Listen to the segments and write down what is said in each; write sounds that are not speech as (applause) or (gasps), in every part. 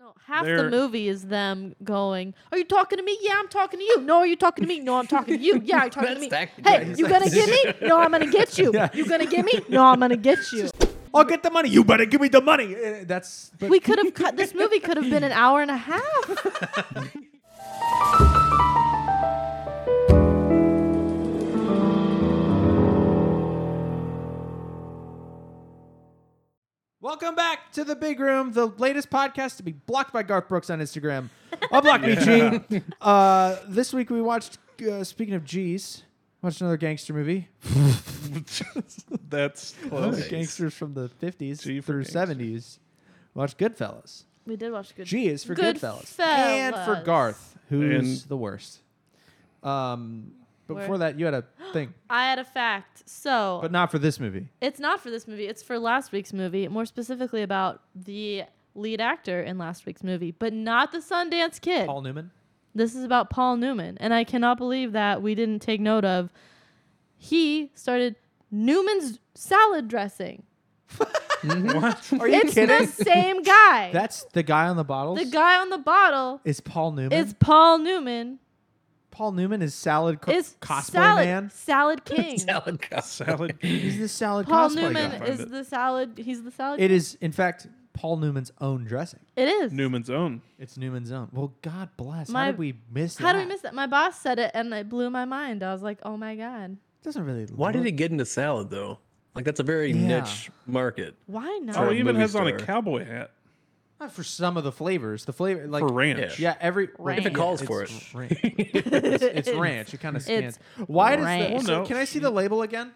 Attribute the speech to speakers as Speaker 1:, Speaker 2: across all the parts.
Speaker 1: Well, half
Speaker 2: They're-
Speaker 1: the movie is them going, "Are you talking to me? Yeah, I'm talking to you. No, are you talking to me? No, I'm talking to you. Yeah, you're (laughs) talking to me.
Speaker 3: That's that
Speaker 1: Hey,
Speaker 3: guy's
Speaker 1: you gonna get me? No, I'm gonna get you.
Speaker 2: (laughs) Yeah.
Speaker 1: You gonna get me? No, I'm gonna get you.
Speaker 2: I'll get the money. You better give me the money. Uh, That's but
Speaker 1: We could have cut this movie. Could have been an hour and a half.
Speaker 2: Welcome back to the big room, the latest podcast to be blocked by Garth Brooks on Instagram. Unblock (laughs) me, G. Uh, this week we watched. Uh, speaking of G's, watched another gangster movie.
Speaker 4: That's
Speaker 2: Those
Speaker 4: close.
Speaker 2: are gangsters from the fifties
Speaker 4: G for
Speaker 2: through
Speaker 4: gangster.
Speaker 2: seventies. Watched Goodfellas.
Speaker 1: (laughs) We did watch good.
Speaker 2: G is for Goodfellas,
Speaker 1: Goodfellas.
Speaker 2: and for Garth, who's
Speaker 4: And-
Speaker 2: the worst. Um, but
Speaker 1: Where-
Speaker 2: before that, you had a thing,
Speaker 1: I had a fact. So
Speaker 2: but not for this movie.
Speaker 1: It's not for this movie. It's for last week's movie, more specifically about the lead actor in last week's movie, but not the Sundance Kid. (gasps)
Speaker 2: Paul Newman.
Speaker 1: This is about Paul Newman, and I cannot believe that we didn't take note of. He started Newman's salad dressing.
Speaker 2: Are you
Speaker 1: It's the same
Speaker 2: (laughs)
Speaker 1: guy.
Speaker 2: That's the guy on the bottles.
Speaker 1: the guy on the bottle
Speaker 2: is Paul Newman.
Speaker 1: is Paul Newman.
Speaker 2: Paul Newman is salad co-
Speaker 1: Is
Speaker 2: cosplay
Speaker 1: salad
Speaker 2: man. (laughs)
Speaker 1: salad king?
Speaker 3: (laughs) Salad cup.
Speaker 4: Salad.
Speaker 2: He's the salad
Speaker 1: Paul
Speaker 2: cosplay
Speaker 1: Newman
Speaker 2: guy.
Speaker 4: find
Speaker 1: is
Speaker 4: it.
Speaker 1: the salad. He's the salad.
Speaker 2: It is, in fact, Paul Newman's own dressing.
Speaker 1: it is.
Speaker 4: Newman's own.
Speaker 2: It's Newman's own. Well, God bless.
Speaker 1: My-
Speaker 2: how did we miss
Speaker 1: How
Speaker 2: that?
Speaker 1: do we miss that? My boss said it, and it blew my mind. I was like, "Oh my god."
Speaker 2: Doesn't really.
Speaker 3: (laughs) Why did
Speaker 2: look-
Speaker 3: he get into salad though? Like that's a very
Speaker 2: Yeah.
Speaker 3: niche market.
Speaker 1: Why not?
Speaker 4: Oh,
Speaker 3: a
Speaker 4: he even
Speaker 3: movie
Speaker 4: has on a
Speaker 3: star.
Speaker 4: cowboy hat
Speaker 2: Not for some of the flavors. The flavor, like
Speaker 4: for ranch.
Speaker 2: Yeah, every
Speaker 1: Ranch. If it
Speaker 3: calls
Speaker 2: it's
Speaker 3: for it.
Speaker 2: ranch. it's,
Speaker 1: (laughs)
Speaker 2: it's ranch. It kind of scans. Why
Speaker 1: Why
Speaker 2: does
Speaker 1: does
Speaker 2: the,
Speaker 1: ranch.
Speaker 4: Well,
Speaker 2: so
Speaker 4: no.
Speaker 2: can I see the label again?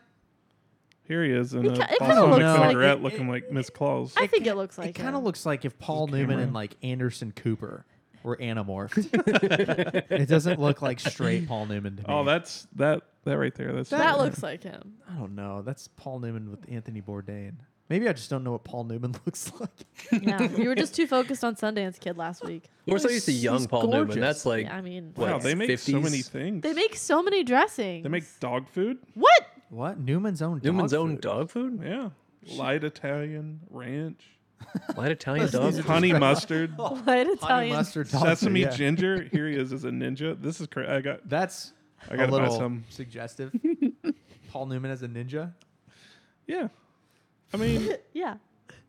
Speaker 4: Here he is in
Speaker 1: It
Speaker 4: a
Speaker 1: ki- it kinda
Speaker 4: Boston
Speaker 2: looks
Speaker 4: Mc
Speaker 2: like-
Speaker 4: cigarette,
Speaker 2: it-
Speaker 4: looking like Miss Claus.
Speaker 1: I think it looks like
Speaker 2: it kind of
Speaker 1: him.
Speaker 2: looks like if Paul Newman and like Anderson Cooper
Speaker 1: (laughs)
Speaker 2: were anamorphed. it doesn't look like straight Paul Newman to me.
Speaker 4: Oh, that's that that right there. That's
Speaker 1: That looks like him.
Speaker 2: I don't know. That's Paul Newman with Anthony Bourdain. Maybe I just don't know what Paul Newman (laughs) looks like.
Speaker 1: Yeah, (laughs) you were just too focused on Sundance Kid last week.
Speaker 3: We're so used to
Speaker 2: he's-
Speaker 3: young
Speaker 2: he's
Speaker 3: Paul
Speaker 2: gorgeous.
Speaker 3: Newman. That's like
Speaker 1: Yeah, I mean,
Speaker 3: what,
Speaker 4: Wow, they make so many
Speaker 3: 50s?
Speaker 4: things.
Speaker 1: they make so many dressings.
Speaker 4: They make dog food.
Speaker 1: what?
Speaker 2: What Newman's own?
Speaker 3: Newman's
Speaker 2: dog
Speaker 3: own
Speaker 2: food. (laughs)
Speaker 3: dog food?
Speaker 4: Yeah, light Italian ranch,
Speaker 3: Light Italian dog food.
Speaker 4: honey mustard,
Speaker 1: Light
Speaker 2: honey
Speaker 1: Italian.
Speaker 2: mustard dog food,
Speaker 4: sesame
Speaker 2: yeah.
Speaker 4: ginger. Here he is as a ninja. This is crazy. I got
Speaker 2: That's
Speaker 4: I
Speaker 2: a
Speaker 4: gotta buy
Speaker 2: little
Speaker 4: some.
Speaker 1: (laughs)
Speaker 2: suggestive. Paul Newman as a ninja.
Speaker 4: yeah. I mean,
Speaker 1: Yeah.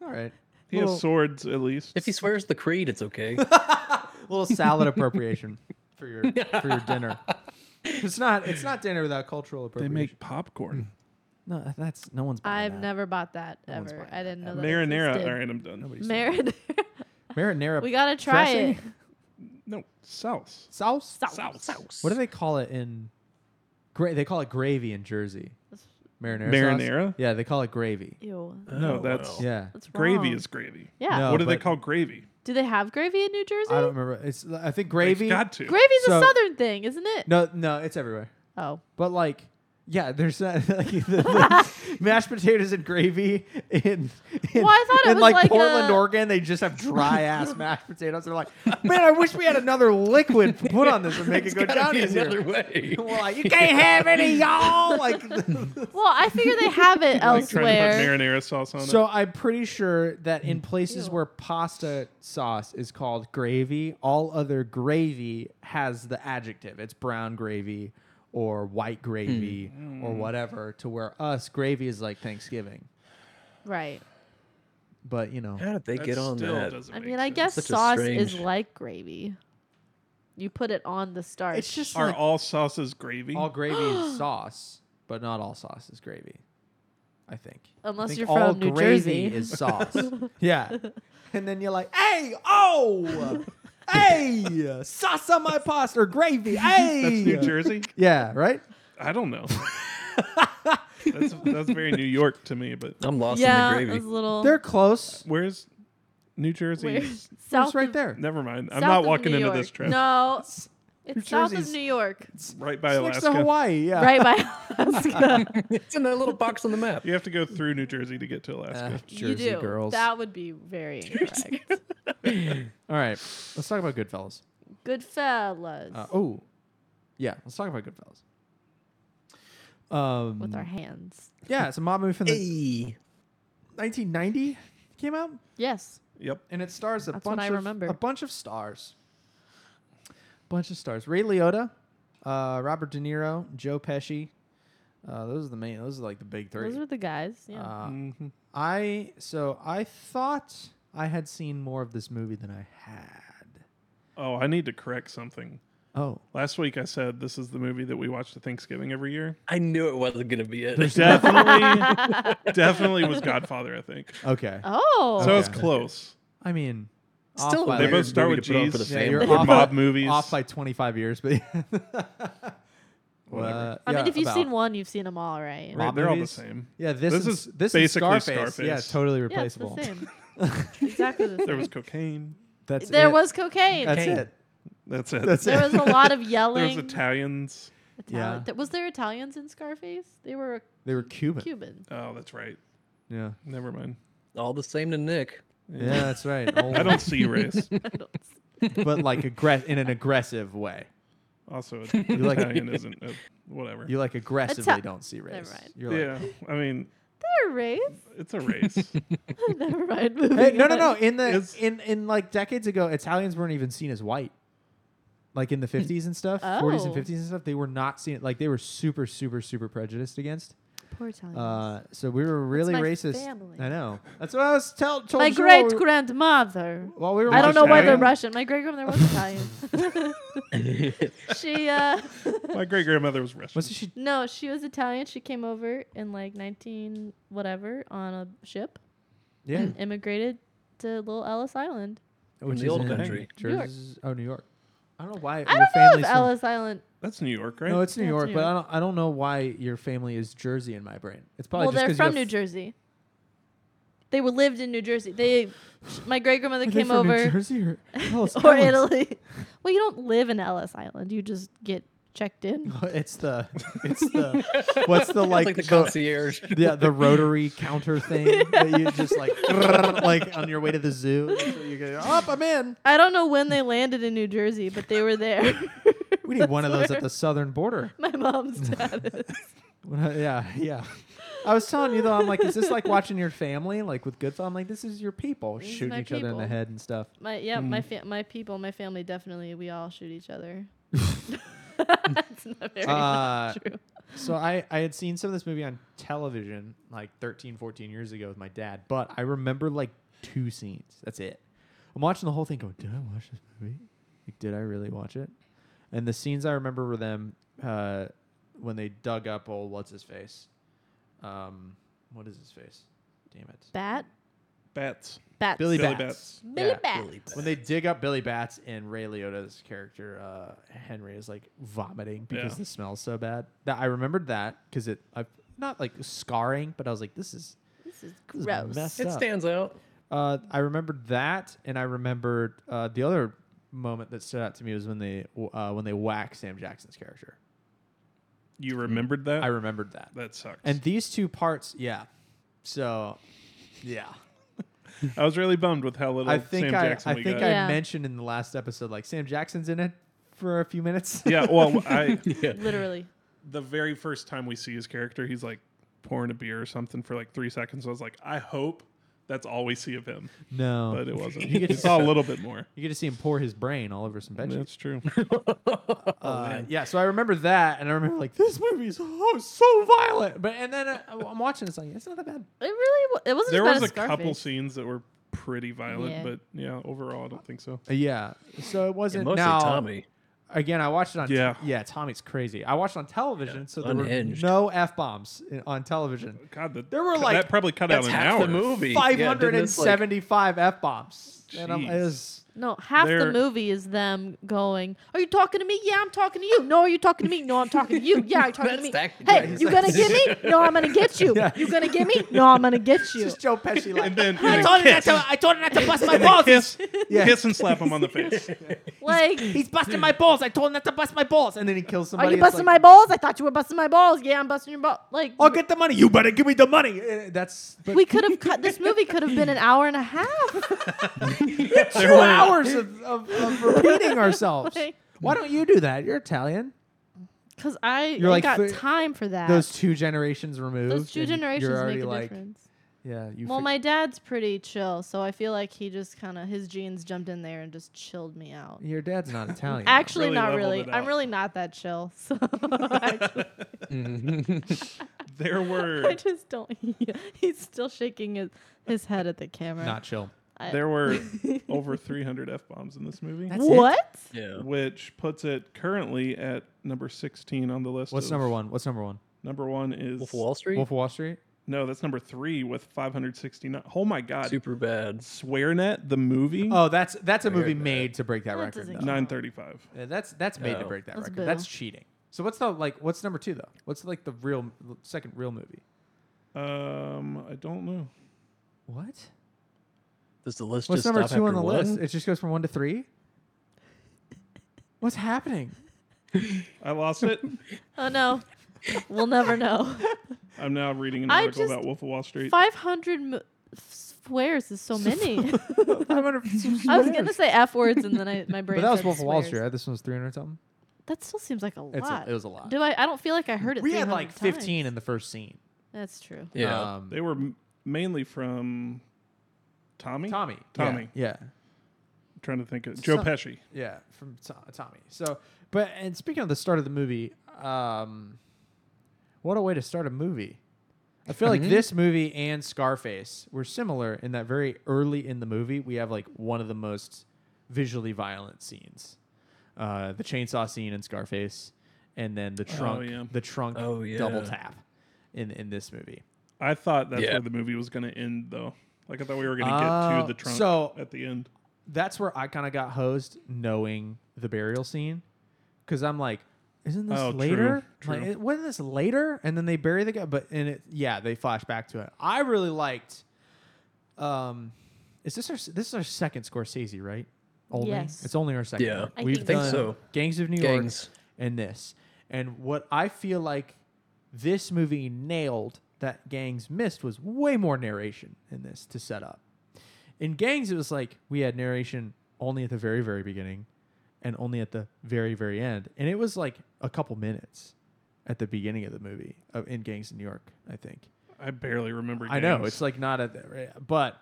Speaker 2: All right.
Speaker 4: he
Speaker 2: little,
Speaker 4: has swords at least.
Speaker 3: If he swears the creed,
Speaker 2: (laughs)
Speaker 3: it's okay. Oh,
Speaker 2: little salad appropriation for your for your
Speaker 1: (laughs)
Speaker 2: dinner. It's not it's not dinner without cultural
Speaker 4: They
Speaker 2: appropriation.
Speaker 4: make popcorn,
Speaker 2: no, that's no one's. buying
Speaker 1: I've
Speaker 2: that.
Speaker 1: never bought that
Speaker 2: one's
Speaker 1: ever.
Speaker 2: buying
Speaker 1: I didn't know that.
Speaker 4: marinara. All
Speaker 1: Existed.
Speaker 4: right, I'm done.
Speaker 2: Nobody's
Speaker 1: Marinara.
Speaker 2: marinara.
Speaker 1: we gotta try
Speaker 2: dressing?
Speaker 1: it.
Speaker 4: No sauce.
Speaker 2: sauce.
Speaker 1: Sauce.
Speaker 4: Sauce.
Speaker 2: What do they call it in? Gra- they call it gravy in Jersey. Marinara.
Speaker 4: Marinara?
Speaker 2: Sauce? Yeah, they call it gravy.
Speaker 1: Ew.
Speaker 4: No,
Speaker 3: Oh,
Speaker 4: that's
Speaker 3: wow.
Speaker 2: Yeah.
Speaker 1: That's wrong.
Speaker 4: gravy is gravy.
Speaker 1: Yeah.
Speaker 2: No.
Speaker 4: what do they
Speaker 2: Oh, but-
Speaker 4: call gravy?
Speaker 1: Do they have gravy in New Jersey?
Speaker 2: I don't remember. It's I think gravy.
Speaker 4: They've got to.
Speaker 1: Gravy's
Speaker 2: So-
Speaker 1: a southern thing, isn't it?
Speaker 2: No, no, it's everywhere.
Speaker 1: Oh.
Speaker 2: But like, yeah, there's not, (laughs) like, the,
Speaker 1: (laughs)
Speaker 2: the mashed potatoes and gravy in. in
Speaker 1: Well, I thought it
Speaker 2: in
Speaker 1: was
Speaker 2: like,
Speaker 1: like uh,
Speaker 2: Portland,
Speaker 1: a-
Speaker 2: Oregon. They just
Speaker 1: (laughs)
Speaker 2: have dry ass mashed potatoes. They're like, man, I wish we had another liquid to put on this and make it go
Speaker 3: Gotta
Speaker 2: down
Speaker 3: be
Speaker 2: easier.
Speaker 3: another
Speaker 2: (laughs)
Speaker 3: way.
Speaker 2: We're like, you can't
Speaker 1: (laughs)
Speaker 2: have any, y'all. Like,
Speaker 1: Well, I figure they have it
Speaker 4: Like trying to put
Speaker 1: elsewhere.
Speaker 4: marinara sauce on
Speaker 2: so I'm pretty sure that in places
Speaker 1: Ew.
Speaker 2: where pasta sauce is called gravy, all other gravy has the adjective. It's brown gravy or white gravy or whatever. To where us gravy is like Thanksgiving,
Speaker 1: Right.
Speaker 2: but you know,
Speaker 3: How did they
Speaker 4: it.
Speaker 3: get on
Speaker 4: still
Speaker 3: that?
Speaker 4: Doesn't
Speaker 1: I
Speaker 4: make
Speaker 1: mean, I
Speaker 4: sense.
Speaker 1: guess
Speaker 3: Such a
Speaker 1: sauce is
Speaker 3: strange-
Speaker 1: like gravy. You put it on the starch.
Speaker 2: it's just
Speaker 4: Are
Speaker 2: like
Speaker 4: all sauces gravy?
Speaker 2: all gravy
Speaker 1: (gasps)
Speaker 2: is sauce, but not all sauce is gravy. I think.
Speaker 1: Unless
Speaker 2: I think
Speaker 1: you're
Speaker 2: all
Speaker 1: from New
Speaker 2: gravy
Speaker 1: Jersey.
Speaker 2: is
Speaker 1: (laughs)
Speaker 2: sauce. yeah. And then you're like, hey, oh, hey, sauce on my pasta
Speaker 1: (laughs)
Speaker 2: or gravy, hey.
Speaker 4: That's New Jersey.
Speaker 2: Yeah, right?
Speaker 4: I don't know.
Speaker 2: (laughs)
Speaker 4: that's, that's very New York to me. But
Speaker 3: I'm lost
Speaker 1: yeah,
Speaker 3: in the
Speaker 1: it was
Speaker 3: gravy.
Speaker 1: a little.
Speaker 2: They're close.
Speaker 4: where's New Jersey?
Speaker 1: weird.
Speaker 4: is-
Speaker 1: south
Speaker 2: it's right
Speaker 1: of-
Speaker 2: there.
Speaker 4: Never mind. I'm
Speaker 1: south
Speaker 4: not
Speaker 1: of
Speaker 4: walking
Speaker 1: New
Speaker 4: into
Speaker 1: York.
Speaker 4: this trap.
Speaker 1: No, it's south of
Speaker 2: Jersey's-
Speaker 1: New
Speaker 2: (laughs)
Speaker 1: York,
Speaker 4: Right by
Speaker 2: It's next to
Speaker 4: Alaska.
Speaker 2: Hawaii, yeah.
Speaker 1: right by
Speaker 2: uh,
Speaker 1: Alaska.
Speaker 3: (laughs) It's in that little box on the map.
Speaker 4: You have to go through New Jersey to get to
Speaker 2: Ah,
Speaker 4: Alaska.
Speaker 1: you
Speaker 2: Jersey
Speaker 1: do.
Speaker 2: girls.
Speaker 1: That would be
Speaker 4: (laughs)
Speaker 1: very incorrect.
Speaker 2: All right, let's talk about Goodfellas.
Speaker 1: Goodfellas
Speaker 2: Uh, oh, yeah, let's talk about Goodfellas. Um,
Speaker 1: with our hands.
Speaker 2: yeah, it's a mob movie from the
Speaker 3: Hey.
Speaker 2: 1990 came out.
Speaker 1: Yes,
Speaker 4: Yep.
Speaker 2: and it stars a
Speaker 1: That's what
Speaker 2: bunch
Speaker 1: I
Speaker 2: of
Speaker 1: remember.
Speaker 2: a bunch of stars. Bunch of stars. Ray Liotta, uh, Robert De Niro, Joe Pesci. Uh, those are the main. Those are like the big three.
Speaker 1: Those were the guys. Yeah.
Speaker 2: Uh,
Speaker 4: Mhm.
Speaker 2: I so I thought I had seen more of this movie than I had.
Speaker 4: Oh, I need to correct something.
Speaker 2: Oh,
Speaker 4: Last week I said this is the movie that we watch at Thanksgiving every year.
Speaker 3: I knew it wasn't gonna be it.
Speaker 4: Definitely,
Speaker 1: (laughs)
Speaker 4: definitely was Godfather. I think
Speaker 2: okay.
Speaker 1: oh.
Speaker 4: so. It's
Speaker 2: Okay.
Speaker 4: close.
Speaker 2: I mean, off
Speaker 3: Still,
Speaker 2: by
Speaker 4: They
Speaker 2: like-
Speaker 3: weird
Speaker 4: both start
Speaker 3: movie
Speaker 4: with
Speaker 3: to put on for the
Speaker 4: G's.
Speaker 2: yeah,
Speaker 3: family.
Speaker 2: you're
Speaker 4: Or
Speaker 2: off
Speaker 4: mob
Speaker 2: by,
Speaker 4: movies.
Speaker 2: off by twenty five years, but (laughs)
Speaker 4: Whatever.
Speaker 2: Uh,
Speaker 1: I mean,
Speaker 2: yeah,
Speaker 1: if you've
Speaker 2: about-
Speaker 1: seen one, you've seen them all, right?
Speaker 4: Right,
Speaker 2: Mob
Speaker 4: they're all the
Speaker 2: movies?
Speaker 4: same.
Speaker 2: yeah, this,
Speaker 4: this
Speaker 2: is
Speaker 4: is
Speaker 2: this
Speaker 4: basically
Speaker 2: is Scarface. Yeah,
Speaker 4: Scarface.
Speaker 2: totally
Speaker 1: Yeah, it's
Speaker 2: replaceable.
Speaker 1: the same.
Speaker 2: (laughs)
Speaker 1: exactly the same.
Speaker 4: There was cocaine.
Speaker 2: That's
Speaker 1: There
Speaker 2: it.
Speaker 1: was cocaine.
Speaker 2: That's
Speaker 3: Cocaine.
Speaker 2: it.
Speaker 4: That's it.
Speaker 2: That's
Speaker 1: there was
Speaker 2: it.
Speaker 1: (laughs) a lot
Speaker 2: (laughs)
Speaker 1: of
Speaker 4: There was
Speaker 1: yelling.
Speaker 4: Italians.
Speaker 1: Italian-
Speaker 2: Yeah.
Speaker 1: th- Was there Italians in Scarface? They were
Speaker 2: They were Cuban.
Speaker 1: Cuban. (laughs)
Speaker 4: Oh, that's right.
Speaker 2: Yeah.
Speaker 4: Never mind.
Speaker 3: (laughs) All the same to Nick. (laughs)
Speaker 2: Yeah, that's right. Old-
Speaker 4: (laughs) I don't see race.
Speaker 1: I don't-
Speaker 2: but like aggress in an aggressive way. (laughs)
Speaker 4: Also,
Speaker 2: like-
Speaker 4: Italian isn't a, whatever.
Speaker 2: You like aggressively
Speaker 1: Ital-
Speaker 2: don't see race.
Speaker 1: Never mind.
Speaker 2: You're like,
Speaker 4: Yeah, I mean,
Speaker 1: They're race.
Speaker 4: it's a
Speaker 2: (laughs)
Speaker 4: race.
Speaker 1: (laughs) Never mind.
Speaker 2: Hey,
Speaker 1: moving
Speaker 2: no, no, no.
Speaker 1: on.
Speaker 2: In the
Speaker 4: It's-
Speaker 2: in in like decades ago, Italians weren't even seen as white. Like in the fifties and stuff, forties
Speaker 1: Hmm.
Speaker 2: and
Speaker 1: Oh.
Speaker 2: fifties and stuff, they were not seen. Like they were super, super, super prejudiced against.
Speaker 1: Poor Italians.
Speaker 2: Uh, so we were really
Speaker 1: my
Speaker 2: racist.
Speaker 1: family.
Speaker 2: I know. That's what I was tell- told.
Speaker 1: My
Speaker 2: you while
Speaker 1: great
Speaker 2: we-
Speaker 1: grandmother.
Speaker 2: while we were
Speaker 1: I don't know why they're
Speaker 4: Italian?
Speaker 1: Russian. My great grandmother was
Speaker 2: (laughs)
Speaker 1: Italian. (laughs) she uh
Speaker 4: My great grandmother was Russian.
Speaker 2: Was she?
Speaker 1: no, she was Italian. She came over in like 19 whatever on a ship
Speaker 2: Yeah,
Speaker 1: and immigrated to Little Ellis Island.
Speaker 2: which
Speaker 3: the
Speaker 2: is
Speaker 3: old
Speaker 2: in
Speaker 3: country.
Speaker 1: New York.
Speaker 2: Jersey- Oh, New York. I don't know why.
Speaker 1: I
Speaker 2: your
Speaker 1: don't know if
Speaker 2: family's from-
Speaker 1: Ellis Island.
Speaker 4: That's New York, right?
Speaker 2: No, it's New
Speaker 1: Yeah, it's
Speaker 2: York,
Speaker 1: New
Speaker 2: but I
Speaker 1: York.
Speaker 2: don't. I don't know why your family is Jersey in my brain. It's probably
Speaker 1: well,
Speaker 2: just
Speaker 1: they're
Speaker 2: 'cause you
Speaker 1: from
Speaker 2: have
Speaker 1: New
Speaker 2: f-
Speaker 1: Jersey. They were lived in New Jersey. They sh- my great grandmother
Speaker 2: (laughs) Are they
Speaker 1: came
Speaker 2: from New
Speaker 1: over (laughs)
Speaker 2: Jersey or, (laughs) Ellis
Speaker 1: or
Speaker 2: Island? (laughs)
Speaker 1: Italy. (laughs) Well, you don't live in Ellis Island. You just get checked in.
Speaker 2: It's the
Speaker 1: (laughs)
Speaker 2: it's the what's the (laughs) like,
Speaker 3: Like, like the
Speaker 2: the, (laughs)
Speaker 3: concierge.
Speaker 2: yeah, the (laughs) rotary counter thing that you just like (laughs) like on your way to the (laughs) zoo. That's what you go, Up, I'm in.
Speaker 1: I don't know when they landed in New Jersey, but they were there.
Speaker 2: (laughs) We need one of those
Speaker 1: That's
Speaker 2: at the southern border.
Speaker 1: my mom's dad
Speaker 2: (laughs)
Speaker 1: is.
Speaker 2: When I- yeah, yeah. I was telling you though, I'm like, is this like watching your family, like with good? I'm like, this is your people
Speaker 1: These are
Speaker 2: shooting
Speaker 1: my
Speaker 2: each other in the
Speaker 1: people.
Speaker 2: head and
Speaker 1: (laughs)
Speaker 2: stuff.
Speaker 1: My yeah, my
Speaker 2: Mm.
Speaker 1: fa- my people, my family definitely we all shoot each other.
Speaker 2: (laughs)
Speaker 1: That's not very
Speaker 2: Uh,
Speaker 1: true.
Speaker 2: so I, I had seen some of this movie on television like 13 14 years ago with my dad but i remember like two scenes that's it i'm watching the whole thing going did i watch this movie like did i really watch it and the scenes i remember were them uh, when they dug up old what's his face um, what is his face damn it
Speaker 1: Bat
Speaker 4: Bats.
Speaker 1: bats.
Speaker 2: billy,
Speaker 4: Billy Bats.
Speaker 2: bats,
Speaker 1: Billy
Speaker 2: Yeah.
Speaker 1: Bat.
Speaker 2: when they dig up billy bats and ray liotta's character uh, henry is like vomiting because
Speaker 4: Yeah.
Speaker 2: the smell's so bad that i remembered that because it i not like scarring but i was like this is
Speaker 1: This is
Speaker 2: This is
Speaker 1: gross.
Speaker 2: messed
Speaker 3: It
Speaker 2: up.
Speaker 3: stands out.
Speaker 2: Uh, I remembered that, and I remembered uh, the other moment that stood out to me was when they uh, when they whack Sam Jackson's character.
Speaker 4: You remembered that?
Speaker 2: I remembered that,
Speaker 4: that sucks.
Speaker 2: and these two parts, yeah. So, yeah,
Speaker 4: I was really bummed with how little
Speaker 2: I think
Speaker 4: Sam
Speaker 2: I,
Speaker 4: Jackson
Speaker 2: I
Speaker 4: we
Speaker 2: think
Speaker 4: got.
Speaker 2: I
Speaker 1: Yeah.
Speaker 2: mentioned in the last episode like Sam Jackson's in it for a few minutes.
Speaker 4: yeah, well, I
Speaker 3: Yeah.
Speaker 1: Literally.
Speaker 4: the very first time we see his character, he's like pouring a beer or something for like three seconds. I was like, I hope that's all we see of him,
Speaker 2: (laughs) no,
Speaker 4: but it
Speaker 2: (laughs)
Speaker 4: wasn't.
Speaker 2: You get
Speaker 4: we
Speaker 2: to-
Speaker 4: saw a little bit more.
Speaker 2: you get to see him pour his brain all over some benches.
Speaker 4: That's
Speaker 2: (laughs)
Speaker 4: true.
Speaker 2: Uh, yeah, so I remember that, and I remember like this movie is oh, so violent. But and then uh, I'm watching this like it's not that bad.
Speaker 1: It really wa- it wasn't
Speaker 4: there
Speaker 1: as bad as
Speaker 4: was a couple
Speaker 1: Scarface.
Speaker 4: scenes that were pretty violent,
Speaker 1: Yeah.
Speaker 4: but yeah, overall, I don't think so.
Speaker 2: Uh, Yeah, so it wasn't
Speaker 3: Mostly
Speaker 2: now.
Speaker 3: Tommy.
Speaker 2: Again, I watched it on
Speaker 4: Yeah.
Speaker 2: yeah, Tommy's crazy. I watched it on television, so there
Speaker 3: unhinged.
Speaker 2: were no f bombs on television.
Speaker 4: God, that,
Speaker 2: There were,
Speaker 4: cut-
Speaker 2: like,
Speaker 4: that probably cut out
Speaker 3: That's
Speaker 4: an
Speaker 3: half
Speaker 4: hour.
Speaker 3: the movie. Yeah,
Speaker 2: Five
Speaker 3: didn't
Speaker 2: hundred and
Speaker 3: this, like-
Speaker 2: seventy-five f bombs. And I'm, it
Speaker 4: Jeez.
Speaker 2: was,
Speaker 1: No, half the
Speaker 4: They're-
Speaker 1: movie is them going, Are you talking to me? Yeah, I'm talking to you. No, are you talking to me? No, I'm talking to you. Yeah, you're talking to
Speaker 3: That's
Speaker 1: me.
Speaker 3: that- yeah,
Speaker 1: hey,
Speaker 3: he's
Speaker 1: you
Speaker 3: like-
Speaker 1: gonna get
Speaker 2: (laughs)
Speaker 1: me? No, I'm gonna get you.
Speaker 2: Yeah.
Speaker 1: You gonna get me? No, I'm gonna get you.
Speaker 2: just Joe Pesci like.
Speaker 4: And then and
Speaker 2: I
Speaker 4: then
Speaker 2: told, him not
Speaker 4: kiss,
Speaker 2: to, I told him
Speaker 4: (laughs)
Speaker 2: not to bust my
Speaker 4: and then
Speaker 2: balls.
Speaker 4: kiss,
Speaker 2: (laughs) Yeah.
Speaker 4: kiss and slap him on the
Speaker 2: (laughs)
Speaker 4: face.
Speaker 1: like
Speaker 2: He's busting my balls. I told him not to bust my balls. And then he kills somebody.
Speaker 1: Are you
Speaker 2: It's
Speaker 1: busting my
Speaker 2: like,
Speaker 1: balls? I thought you were busting my balls. Yeah, I'm busting your ball. Like
Speaker 2: I'll get the money. You better give me the money. Uh, That's but
Speaker 1: we could have cut this movie could have been an hour and a half.
Speaker 2: (laughs) two hours of, of, of (laughs) repeating ourselves.
Speaker 1: Like-
Speaker 2: Why don't you do that? You're Italian.
Speaker 1: Cause I
Speaker 2: You're
Speaker 1: I
Speaker 2: like
Speaker 1: got
Speaker 2: th-
Speaker 1: time for that.
Speaker 2: Those two generations removed.
Speaker 1: Those two
Speaker 2: and
Speaker 1: generations
Speaker 2: you're already
Speaker 1: make a
Speaker 2: like,
Speaker 1: difference.
Speaker 2: Yeah, you.
Speaker 1: Well,
Speaker 2: fi-
Speaker 1: my dad's pretty chill, so I feel like he just kind of his genes jumped in there and just chilled me out.
Speaker 2: your dad's (laughs) not Italian.
Speaker 1: Actually,
Speaker 4: Really
Speaker 1: not
Speaker 4: leveled
Speaker 1: really.
Speaker 4: it
Speaker 1: I'm
Speaker 4: out.
Speaker 1: really not that chill. (laughs) So
Speaker 4: (laughs)
Speaker 1: actually,
Speaker 4: There
Speaker 1: I
Speaker 4: were
Speaker 1: just don't. (laughs) he's still shaking his, his head at the camera.
Speaker 2: not chill.
Speaker 1: I-
Speaker 4: there were
Speaker 2: (laughs)
Speaker 4: over 300 f bombs in this movie,
Speaker 2: That's it?
Speaker 1: what?
Speaker 3: Yeah.
Speaker 4: which puts it currently at number 16 on the list.
Speaker 2: What's
Speaker 4: of-
Speaker 2: number one? What's number one?
Speaker 4: Number one is
Speaker 3: Wolf of Wall Street.
Speaker 2: Wolf of Wall Street. Mm-hmm.
Speaker 4: no, that's number three with 569. Oh my god,
Speaker 3: Super bad.
Speaker 4: Swearnet the movie,
Speaker 2: Oh, that's that's a movie
Speaker 3: bad.
Speaker 2: made to break that,
Speaker 1: That
Speaker 2: record.
Speaker 1: doesn't
Speaker 2: though.
Speaker 1: count.
Speaker 4: 935.
Speaker 2: Yeah, that's that's made to
Speaker 3: Oh.
Speaker 2: break that
Speaker 1: That's
Speaker 2: record.
Speaker 1: boo.
Speaker 2: That's cheating. So what's the like? What's number two though? What's like the real second real movie?
Speaker 4: Um, I don't know.
Speaker 2: What?
Speaker 3: Does the list
Speaker 2: What's
Speaker 3: just
Speaker 2: number
Speaker 3: stop
Speaker 2: two on
Speaker 3: after
Speaker 2: the
Speaker 3: one?
Speaker 2: list? It just goes from one to three.
Speaker 1: (laughs)
Speaker 2: What's happening?
Speaker 4: I lost
Speaker 2: (laughs)
Speaker 4: it.
Speaker 1: Oh no, we'll never know.
Speaker 4: I'm now reading an
Speaker 1: I
Speaker 4: article
Speaker 1: just-
Speaker 4: about Wolf of Wall Street.
Speaker 1: Five hundred m- swears
Speaker 4: (laughs)
Speaker 1: is so many.
Speaker 2: I wonder
Speaker 1: (laughs)
Speaker 2: if-
Speaker 1: I was gonna say f words, and then I
Speaker 2: (laughs)
Speaker 1: my brain.
Speaker 2: but that was
Speaker 1: said
Speaker 2: Wolf of Wall
Speaker 1: swears.
Speaker 2: Street. Right? This one's three hundred something.
Speaker 1: That still seems like a
Speaker 2: It's a,
Speaker 1: lot.
Speaker 2: it was a lot.
Speaker 1: Do I? I don't feel like I heard it.
Speaker 2: we had
Speaker 1: 300
Speaker 2: like fifteen
Speaker 1: times.
Speaker 2: in the first scene.
Speaker 1: That's true.
Speaker 3: Yeah.
Speaker 2: Um,
Speaker 4: They were m- mainly from Tommy.
Speaker 2: Tommy.
Speaker 4: Tommy.
Speaker 2: Yeah. yeah.
Speaker 4: I'm trying to think of Joe
Speaker 2: Some-
Speaker 4: Pesci.
Speaker 2: Yeah, from To- Tommy. So, but and speaking of the start of the movie, um, what a way to start a movie. I feel
Speaker 3: Mm-hmm.
Speaker 2: like this movie and Scarface were similar in that very early in the movie we have like one of the most visually violent scenes, uh, the chainsaw scene in Scarface, and then the trunk,
Speaker 4: yeah.
Speaker 2: the trunk
Speaker 3: Oh,
Speaker 2: double
Speaker 3: yeah.
Speaker 2: tap in in this movie.
Speaker 4: I thought that's
Speaker 3: Yeah.
Speaker 4: where the movie was going to end, though. Like I thought we were going to get
Speaker 2: Oh,
Speaker 4: to the trunk
Speaker 2: so-
Speaker 4: at the end.
Speaker 2: That's where I kind of got hosed knowing the burial scene, because I'm like, isn't this
Speaker 4: Oh, true,
Speaker 2: later? Like,
Speaker 4: true.
Speaker 2: it- wasn't this later? And then they bury the guy, but and it yeah, they flash back to it. I really liked. Um, is this our s- this is our second Scorsese right? Only?
Speaker 1: Yes.
Speaker 2: it's only our second.
Speaker 3: Yeah.
Speaker 2: one.
Speaker 1: I
Speaker 2: we've
Speaker 1: think
Speaker 2: done
Speaker 3: so.
Speaker 2: Gangs of New
Speaker 3: Gangs.
Speaker 2: York and this, and what I feel like this movie nailed that Gangs missed was way more narration in this to set up. In Gangs, it was like we had narration only at the very, very beginning and only at the very, very end. And it was like a couple minutes at the beginning of the movie uh, in Gangs in New York, I think.
Speaker 4: I barely remember.
Speaker 2: I know.
Speaker 4: Gangs.
Speaker 2: It's like not at the, but,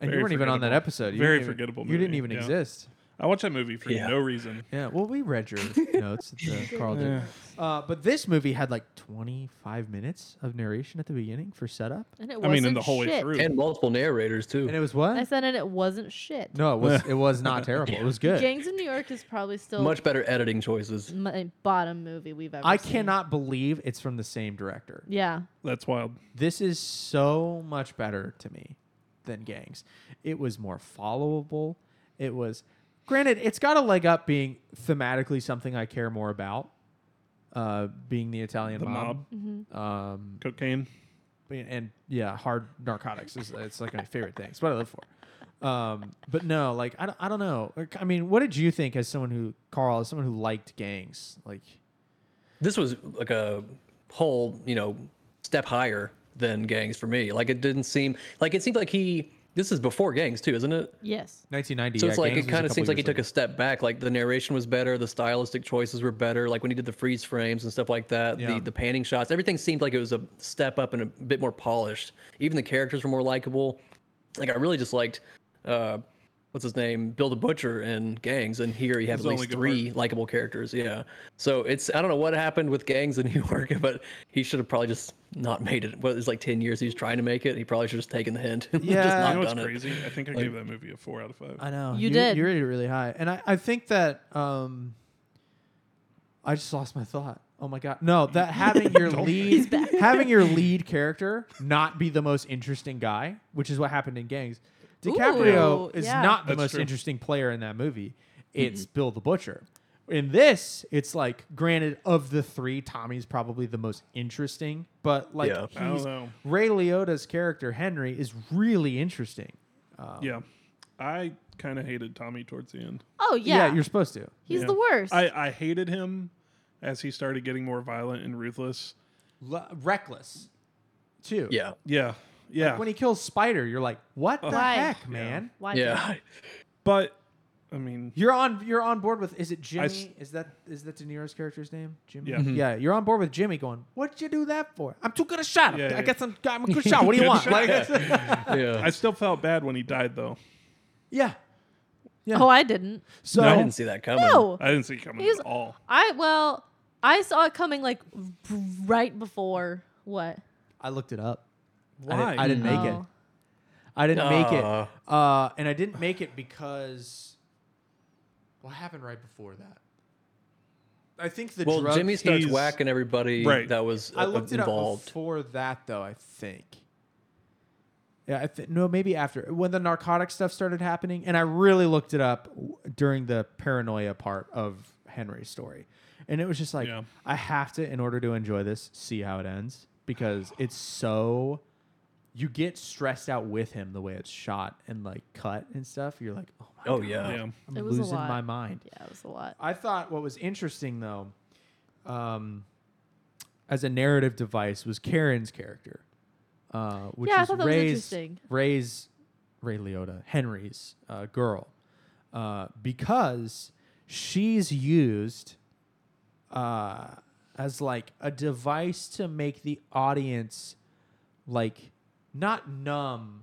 Speaker 2: and you
Speaker 4: Very
Speaker 2: weren't even on that
Speaker 4: forgettable.
Speaker 2: episode. You
Speaker 4: Very
Speaker 2: didn't even-
Speaker 4: forgettable
Speaker 2: You didn't
Speaker 4: movie,
Speaker 2: even
Speaker 4: yeah.
Speaker 2: exist.
Speaker 4: I watched that movie for
Speaker 3: Yeah.
Speaker 4: no reason.
Speaker 2: Yeah. Well, we
Speaker 4: (laughs)
Speaker 2: read your notes. That, uh, Carl did.
Speaker 4: Yeah.
Speaker 2: Uh, but this movie had like 25 minutes of narration at the beginning for setup.
Speaker 1: And it
Speaker 4: I
Speaker 1: wasn't
Speaker 4: mean, in the whole
Speaker 1: shit.
Speaker 4: way through.
Speaker 3: And multiple narrators too.
Speaker 2: And it was what?
Speaker 1: I said, and it wasn't shit.
Speaker 2: no, it was it
Speaker 4: (laughs)
Speaker 2: was not terrible. It was good.
Speaker 1: Gangs of New York is probably still
Speaker 3: Much better editing choices.
Speaker 1: my bottom movie we've ever.
Speaker 2: I
Speaker 1: seen.
Speaker 2: cannot believe it's from the same director.
Speaker 1: Yeah,
Speaker 4: That's wild.
Speaker 2: This is so much better to me than Gangs. It was more followable. It was, granted, it's got a leg up being thematically something I care more about, uh, being the Italian
Speaker 4: The
Speaker 2: mob.
Speaker 4: mob, Mm-hmm.
Speaker 2: Um,
Speaker 4: cocaine.
Speaker 2: and, and yeah, hard narcotics is it's like my favorite thing. It's what I live for. Um, but no, like I don't, I don't know. Like, I mean, what did you think as someone who Carl, as someone who liked gangs? Like,
Speaker 3: This was like a whole, you know, step higher than gangs for me. Like it didn't seem like it seemed like he this is before gangs too, isn't it?
Speaker 1: yes.
Speaker 2: 1990.
Speaker 3: So
Speaker 2: yeah,
Speaker 3: it's like
Speaker 2: Gangs
Speaker 3: it
Speaker 2: was a
Speaker 3: kind of
Speaker 2: couple
Speaker 3: seems like he
Speaker 2: years
Speaker 3: took
Speaker 2: later.
Speaker 3: a step back. Like the narration was better, the stylistic choices were better. Like when he did the freeze frames and stuff like that,
Speaker 2: Yeah.
Speaker 3: the the panning shots, everything seemed like it was a step up and a bit more polished. Even the characters were more likable. Like I really just liked, uh, what's his name, Bill the Butcher and Gangs, and here you have
Speaker 4: His
Speaker 3: at
Speaker 4: only
Speaker 3: least
Speaker 4: good
Speaker 3: three likable characters. Yeah. So it's I don't know what happened with Gangs in (laughs) New York, but he should have probably just not made it. What it's like ten years he was trying to make it. He probably should have just taken the hint. (laughs) and
Speaker 2: Yeah.
Speaker 3: just
Speaker 2: You
Speaker 3: not
Speaker 4: You know what's
Speaker 3: done it.
Speaker 4: crazy? I think I gave that movie a four out of five.
Speaker 2: I know
Speaker 1: You did.
Speaker 2: You rated it really high, and I, I think that um, I just lost my thought. Oh my god, no!
Speaker 4: (laughs)
Speaker 2: That having your lead, having
Speaker 1: (laughs)
Speaker 2: your lead character not be the most interesting guy, which is what happened in Gangs. DiCaprio
Speaker 1: Ooh,
Speaker 2: is
Speaker 1: yeah.
Speaker 2: not the
Speaker 4: That's
Speaker 2: most
Speaker 4: true.
Speaker 2: interesting player in that movie. It's Bill the Butcher. In this, it's like granted of the three, Tommy's probably the most interesting, but like
Speaker 3: Yeah.
Speaker 4: I don't
Speaker 2: he's,
Speaker 4: know.
Speaker 2: Ray Liotta's character Henry is really interesting.
Speaker 4: yeah, I kind of hated Tommy towards the end.
Speaker 1: Oh yeah,
Speaker 2: yeah you're supposed to.
Speaker 1: he's
Speaker 4: Yeah.
Speaker 1: the worst.
Speaker 4: I, I hated him as he started getting more violent and ruthless.
Speaker 2: L- reckless too.
Speaker 3: Yeah.
Speaker 4: Yeah, yeah.
Speaker 2: When he kills Spider, you're like, what the
Speaker 1: Why?
Speaker 2: (laughs) heck, man?
Speaker 1: Why?
Speaker 3: Yeah.
Speaker 4: but I mean,
Speaker 2: You're on. You're on board with. Is it Jimmy?
Speaker 4: s-
Speaker 2: is that is that De Niro's character's name? Jimmy.
Speaker 3: Mm-hmm.
Speaker 4: Yeah. Mhm.
Speaker 2: Yeah. You're on board with Jimmy going. What'd you do that for? I'm too good a shot.
Speaker 4: Yeah,
Speaker 2: I
Speaker 4: yeah.
Speaker 2: guess I'm, I'm a good shot. What
Speaker 4: (laughs)
Speaker 2: do you
Speaker 4: Good
Speaker 2: want?
Speaker 4: shot.
Speaker 2: Like, that's-
Speaker 4: I
Speaker 3: yeah.
Speaker 4: still felt bad when he died, though.
Speaker 2: (laughs) yeah. Yeah.
Speaker 1: Oh, I didn't.
Speaker 2: So
Speaker 3: I didn't see that coming.
Speaker 1: No.
Speaker 4: I didn't see it coming
Speaker 1: He's-
Speaker 4: at all.
Speaker 1: I well, I saw it coming like right before what?
Speaker 2: I looked it up. I
Speaker 4: Why?
Speaker 2: didn't, I didn't make it.
Speaker 1: Oh.
Speaker 2: I didn't make it.
Speaker 3: Aw.
Speaker 2: Uh, and I didn't make it because what happened right before that? I think the
Speaker 3: Well,
Speaker 2: drug
Speaker 3: Jimmy starts
Speaker 4: he's-
Speaker 3: whacking everybody
Speaker 4: Right.
Speaker 3: that was
Speaker 2: I
Speaker 3: uh,
Speaker 2: looked it up
Speaker 3: involved.
Speaker 2: before that, though. I think. Yeah, I th- no, maybe after when the narcotic stuff started happening, and I really looked it up w- during the paranoia part of Henry's story, and it was just like
Speaker 4: Yeah.
Speaker 2: I have to, in order to enjoy this, see how it ends because it's so. You get stressed out with him the way it's shot and like cut and stuff. You're like, oh my
Speaker 3: Oh
Speaker 2: god,
Speaker 3: yeah.
Speaker 4: Yeah.
Speaker 2: I'm
Speaker 1: It was a
Speaker 2: losing
Speaker 1: lot.
Speaker 2: my mind.
Speaker 1: Yeah, it was a lot.
Speaker 2: I thought what was interesting though, um, as a narrative device was Karen's character, uh, which
Speaker 1: Yeah, I
Speaker 2: is
Speaker 1: thought that was
Speaker 2: Ray's,
Speaker 1: interesting.
Speaker 2: Ray's Ray Liotta, Henry's uh, girl, uh, because she's used uh, as like a device to make the audience like not numb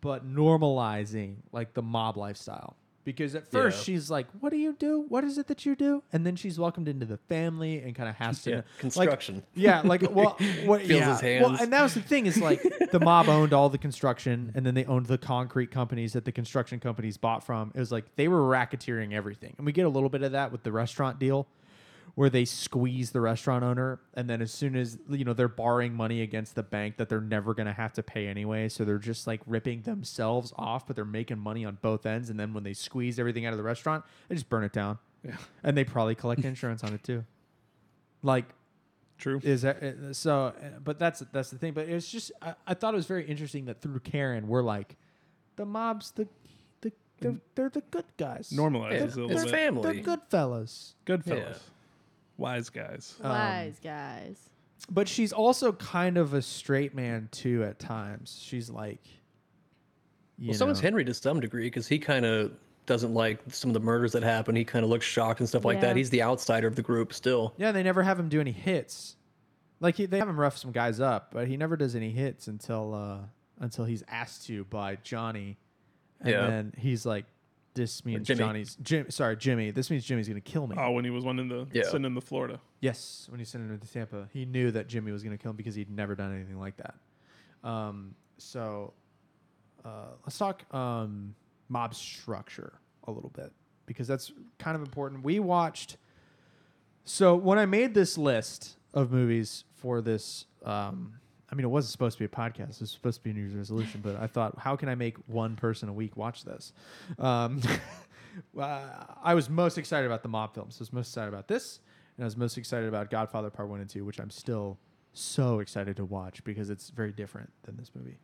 Speaker 2: but normalizing like the mob lifestyle because at first
Speaker 3: Yeah.
Speaker 2: she's like what do you do what is it that you do and then she's welcomed into the family and kind of has to
Speaker 3: Yeah,
Speaker 2: like-
Speaker 3: construction.
Speaker 2: yeah like
Speaker 3: (laughs)
Speaker 2: well what,
Speaker 3: Feels
Speaker 2: yeah.
Speaker 3: his
Speaker 2: well
Speaker 3: hands.
Speaker 2: and that was the thing is like the mob owned all the construction and then they owned the concrete companies that the construction companies bought from it was like they were racketeering everything and we get a little bit of that with the restaurant deal where they squeeze the restaurant owner and then as soon as you know they're borrowing money against the bank that they're never going to have to pay anyway so they're just like ripping themselves off but they're making money on both ends and then when they squeeze everything out of the restaurant they just burn it down
Speaker 4: Yeah.
Speaker 2: and they probably collect insurance on it too like
Speaker 4: True.
Speaker 2: is that uh, so uh, but that's that's the thing but it's just I, I thought it was very interesting that through karen we're like the mob's the the they're, they're the good guys
Speaker 4: Normalizes
Speaker 3: Yeah,
Speaker 4: it a little
Speaker 3: it's
Speaker 4: bit.
Speaker 3: family.
Speaker 2: they're good fellas
Speaker 4: Good
Speaker 3: Yeah.
Speaker 4: fellas. Wise
Speaker 1: Uh,
Speaker 4: guys.
Speaker 2: Um,
Speaker 1: Wise guys.
Speaker 2: but she's also kind of a straight man too at times she's like you
Speaker 3: Well, so is
Speaker 2: know.
Speaker 3: Henry to some degree because he kind of doesn't like some of the murders that happen. He kind of looks shocked and stuff like
Speaker 1: Yeah.
Speaker 3: that. He's the outsider of the group still.
Speaker 2: yeah they never have him do any hits like he, they have him rough some guys up but he never does any hits until uh until he's asked to by johnny and
Speaker 3: Yeah.
Speaker 2: then he's like this means
Speaker 3: Jimmy.
Speaker 2: johnny's jim sorry jimmy this means jimmy's gonna kill me
Speaker 4: Oh, when he was one in the
Speaker 3: Yeah.
Speaker 4: sending the Florida.
Speaker 2: Yes, when he sent him to Tampa, he knew that Jimmy was going to kill him because he'd never done anything like that. Um, so uh, let's talk um, mob structure a little bit because that's kind of important. We watched. So when I made this list of movies for this, um, I mean, it wasn't supposed to be a podcast. It was supposed to be a New Year's resolution, but I thought, how can I make one person a week watch this? Um, (laughs) well, I was most excited about the mob films. I was most excited about this, and I was most excited about Godfather Part One and Two, which I'm still so excited to watch because it's very different than this movie.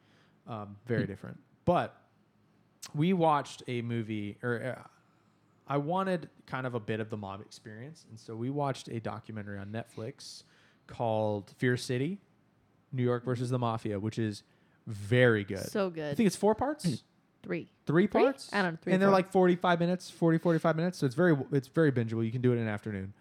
Speaker 2: Um, very different. But we watched a movie, or uh, I wanted kind of a bit of the mob experience, and so we watched a documentary on Netflix called Fear City: New York versus the Mafia, which is very good.
Speaker 1: So
Speaker 2: I
Speaker 1: good.
Speaker 2: think it's four parts
Speaker 1: three.
Speaker 2: three
Speaker 1: Three?
Speaker 2: parts
Speaker 1: I don't know, three,
Speaker 2: and they're
Speaker 1: four.
Speaker 2: like 45 minutes 40 45 minutes so it's very it's very bingeable you can do it in an afternoon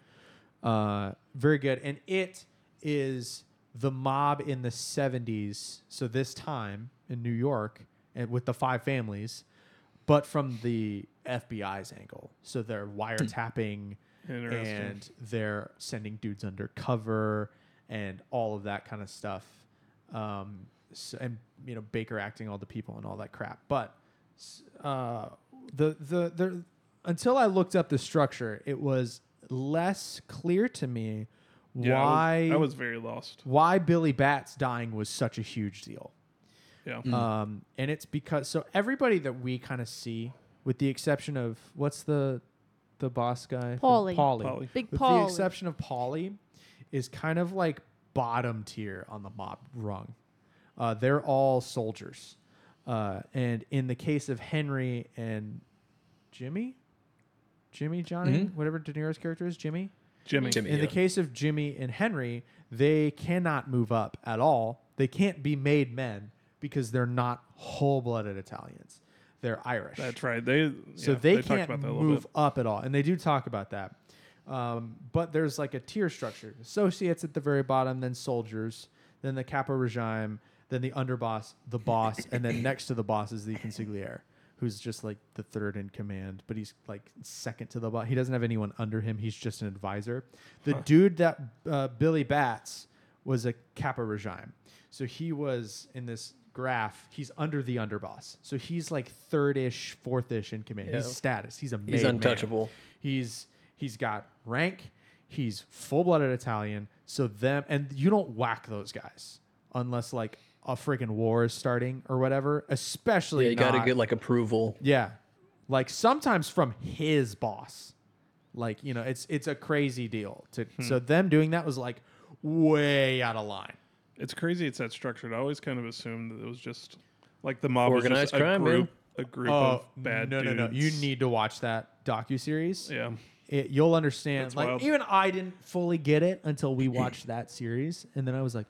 Speaker 2: uh very good and it is the mob in the 70s so this time in new york and with the five families but from the fbi's angle so they're wiretapping
Speaker 4: Interesting.
Speaker 2: and they're sending dudes undercover and all of that kind of stuff. Um, so, and you know Baker acting all the people and all that crap. But s- uh, the the the until I looked up the structure, it was less clear to me
Speaker 4: Yeah,
Speaker 2: why
Speaker 4: I was, I was very lost.
Speaker 2: why Billy Bat's dying was such a huge deal.
Speaker 4: Yeah.
Speaker 2: Um, and it's because so everybody that we kind of see, with the exception of what's the the boss guy, from-
Speaker 1: Paulie.
Speaker 2: Paulie,
Speaker 4: Paulie.
Speaker 1: Big
Speaker 2: with the
Speaker 1: Paulie.
Speaker 2: exception of Polly, is kind of like bottom tier on the mob rung. Uh, they're all soldiers, uh, and in the case of Henry and Jimmy, Jimmy Johnny,
Speaker 4: Mm-hmm.
Speaker 2: whatever De Niro's character is, Jimmy.
Speaker 4: Jimmy.
Speaker 3: Jimmy,
Speaker 2: In
Speaker 3: yeah.
Speaker 2: the case of Jimmy and Henry, they cannot move up at all. They can't be made men because they're not whole blooded Italians. they're Irish.
Speaker 4: That's right. They
Speaker 2: So
Speaker 4: yeah,
Speaker 2: they,
Speaker 4: talked
Speaker 2: can't
Speaker 4: about that a little
Speaker 2: move
Speaker 4: bit.
Speaker 2: up at all, and they do talk about that. Um, but there's like a tier structure: associates at the very bottom, then soldiers, then the capo regime, then the underboss, the boss, and
Speaker 3: (laughs)
Speaker 2: then next to the boss is the consigliere, who's just like the third in command, but he's like second to the boss. He doesn't have anyone under him; he's just an advisor. The dude that uh, Billy Bats was a Kappa regime. So he was in this graph, he's under the underboss. So he's like third ish, fourth ish in command. He's
Speaker 3: Yeah.
Speaker 2: status. He's a
Speaker 3: He's
Speaker 2: made man.
Speaker 3: untouchable.
Speaker 2: He's he's got rank, he's full blooded Italian. So them and you don't whack those guys unless like a freaking war is starting or whatever. Especially
Speaker 3: Yeah, you got to
Speaker 2: not-
Speaker 3: get like approval.
Speaker 2: yeah. Like sometimes from his boss. Like, you know, it's it's a crazy deal. To
Speaker 4: Hmm.
Speaker 2: so them doing that was like way out of line.
Speaker 4: It's crazy. It's that structured. I always kind of assumed that it was just like the mob was
Speaker 3: Organized
Speaker 4: just a
Speaker 3: crime, man.
Speaker 4: group, a group of bad
Speaker 2: Oh, no,
Speaker 4: dudes.
Speaker 2: no, no. You need to watch that docu series.
Speaker 4: Yeah.
Speaker 2: It, you'll understand.
Speaker 4: That's
Speaker 2: like
Speaker 4: wild.
Speaker 2: even I didn't fully get it until we watched (clears throat) that series, and then I was like,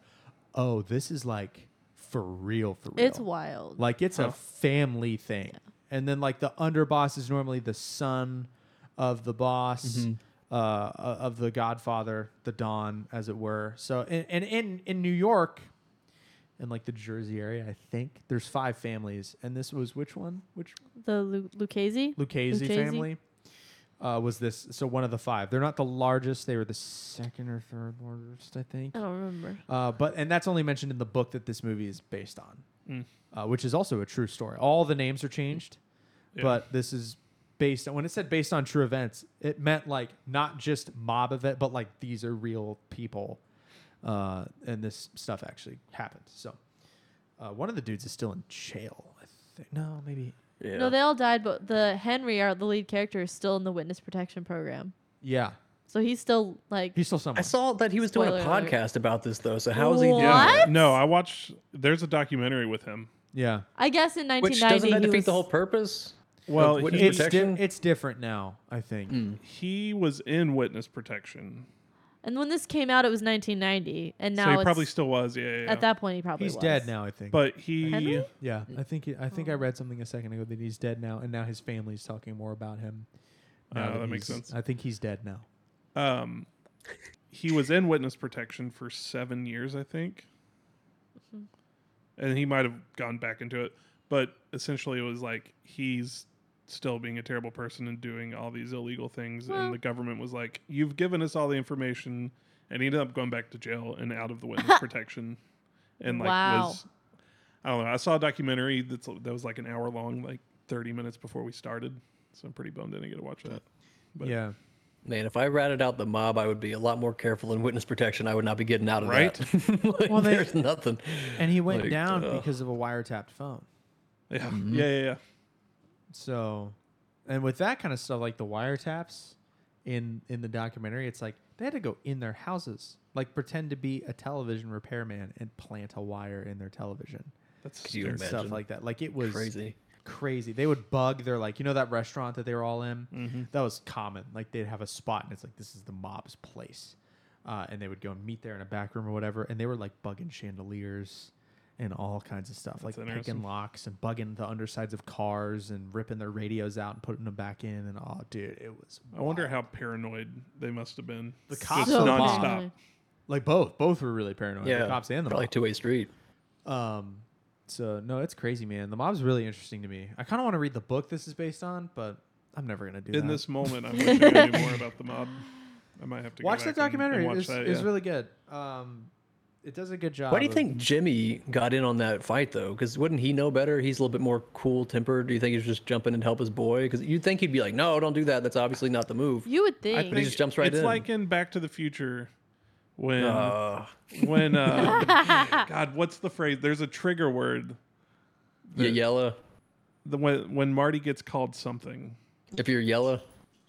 Speaker 2: "Oh, this is like for real, for real."
Speaker 1: It's wild.
Speaker 2: Like it's a family thing. And then like the underboss is normally the son of the boss,
Speaker 4: Mm-hmm.
Speaker 2: uh, o- of the Godfather, the Don, as it were. So and, and in in New York, in like the Jersey area, I think there's five families, and this was which one? Which
Speaker 1: the Lu- Lucchese.
Speaker 2: Lucchese,
Speaker 1: Lucchese?
Speaker 2: family uh, was this? So one of the five. They're not the largest. They were the second or third largest, I think.
Speaker 1: I don't remember.
Speaker 2: Uh, but and that's only mentioned in the book that this movie is based on, uh, which is also a true story. All the names are changed,
Speaker 4: Yeah.
Speaker 2: but this is based on. When it said based on true events, it meant like not just mob event, but like these are real people, uh, and this stuff actually happened. So, uh, one of the dudes is still in jail. I think. No, maybe.
Speaker 3: Yeah.
Speaker 1: No, they all died, but the Henry, our the lead character, is still in the witness protection program.
Speaker 2: Yeah,
Speaker 1: So he's still like
Speaker 2: he's still somewhere.
Speaker 3: I saw that he was doing
Speaker 1: Spoiler
Speaker 3: a
Speaker 1: alert.
Speaker 3: podcast about this though. So how is he doing?
Speaker 1: What?
Speaker 3: that?
Speaker 4: No, I watched. There's a documentary with him.
Speaker 2: yeah,
Speaker 1: I guess in
Speaker 3: Which doesn't
Speaker 1: 1990
Speaker 3: that
Speaker 1: he
Speaker 3: defeat
Speaker 1: was,
Speaker 3: the whole purpose?
Speaker 4: Well,
Speaker 3: Of witness
Speaker 4: he-
Speaker 2: it's di-
Speaker 3: protection?
Speaker 2: it's different now. I think.
Speaker 4: Mm. He was in witness protection,
Speaker 1: and when this came out it was 1990 and now
Speaker 4: so he
Speaker 1: it's,
Speaker 4: probably still was. Yeah, yeah, yeah.
Speaker 1: at that point he probably
Speaker 2: He's
Speaker 1: was.
Speaker 2: dead now. I think.
Speaker 4: But he,
Speaker 1: Henry?
Speaker 2: Yeah, I think I think I read something a second ago that he's dead now, and now his family's talking more about him. now
Speaker 4: Oh, that makes
Speaker 2: he's-
Speaker 4: sense.
Speaker 2: I think he's dead now.
Speaker 4: um, he was in witness protection for seven years, I think,
Speaker 1: Mm-hmm.
Speaker 4: and he might have gone back into it. But essentially, it was like he's still being a terrible person and doing all these illegal things,
Speaker 1: Well-
Speaker 4: and the government was like, "You've given us all the information," and he ended up going back to jail and out of
Speaker 1: (laughs)
Speaker 4: the witness protection, and like
Speaker 1: Wow.
Speaker 4: was. I don't know. I saw a documentary that's that was like an hour long, like thirty minutes before we started. So I'm pretty bummed I didn't get to watch that. But-
Speaker 2: yeah,
Speaker 3: Man, if I ratted out the mob, I would be a lot more careful in witness protection. I would not be getting out of
Speaker 4: Right?
Speaker 3: that. (laughs) like,
Speaker 2: Well, they-
Speaker 3: there's nothing.
Speaker 2: and he went
Speaker 3: Like,
Speaker 2: down
Speaker 3: uh,
Speaker 2: because of a wiretapped phone.
Speaker 4: Yeah,
Speaker 3: Mm-hmm.
Speaker 4: yeah, yeah, yeah.
Speaker 2: So, and with that kind of stuff, like the wiretaps in in the documentary, it's like they had to go in their houses, like pretend to be a television repairman and plant a wire in their television
Speaker 4: That's
Speaker 3: Could you
Speaker 4: scary.
Speaker 2: and stuff
Speaker 3: Imagine.
Speaker 2: like that. Like it was
Speaker 3: Crazy.
Speaker 2: crazy. They would bug their like you know that restaurant that they were all in.
Speaker 3: Mm-hmm.
Speaker 2: That was common. Like they'd have a spot and it's like this is the mob's place, uh, and they would go and meet there in a back room or whatever. And they were like bugging chandeliers and all kinds of stuff, like picking
Speaker 4: interesting.
Speaker 2: locks and bugging the undersides of cars and ripping their radios out and putting them back in. And oh, dude, it was.
Speaker 4: I wonder
Speaker 2: wild.
Speaker 4: how paranoid they must have been.
Speaker 2: The
Speaker 4: Just
Speaker 2: cops
Speaker 1: So
Speaker 2: are
Speaker 4: nonstop.
Speaker 1: paranoid.
Speaker 2: like both both were really paranoid.
Speaker 3: Yeah,
Speaker 2: the cops and the
Speaker 3: probably
Speaker 2: mob.
Speaker 3: two way street.
Speaker 2: Um, so no, it's crazy, man. The mob's really interesting to me. I kind of want to read the book this is based on, but I'm never gonna do that.
Speaker 4: In this moment, I wish I knew more about the mob. I might have to go
Speaker 2: watch that
Speaker 4: back and- and
Speaker 2: documentary.
Speaker 4: watch
Speaker 2: It's
Speaker 4: that,
Speaker 2: it's
Speaker 4: yeah.
Speaker 2: really good. Um, it does a good job.
Speaker 3: Why do you
Speaker 2: of-
Speaker 3: think Jimmy got in on that fight though? Because wouldn't he know better? He's a little bit more cool tempered. Do you think he was just jumping and help his boy? Because you'd think he'd be like, no, don't do that. That's obviously not the move.
Speaker 1: You would
Speaker 4: I
Speaker 1: think.
Speaker 3: But he just jumps right
Speaker 4: it's
Speaker 3: in.
Speaker 4: like in Back to the Future when
Speaker 3: Uh,
Speaker 4: when
Speaker 3: (laughs)
Speaker 4: uh, God, what's the phrase? There's a trigger word.
Speaker 3: you yellow.
Speaker 4: The when when Marty gets called something.
Speaker 3: If you're yellow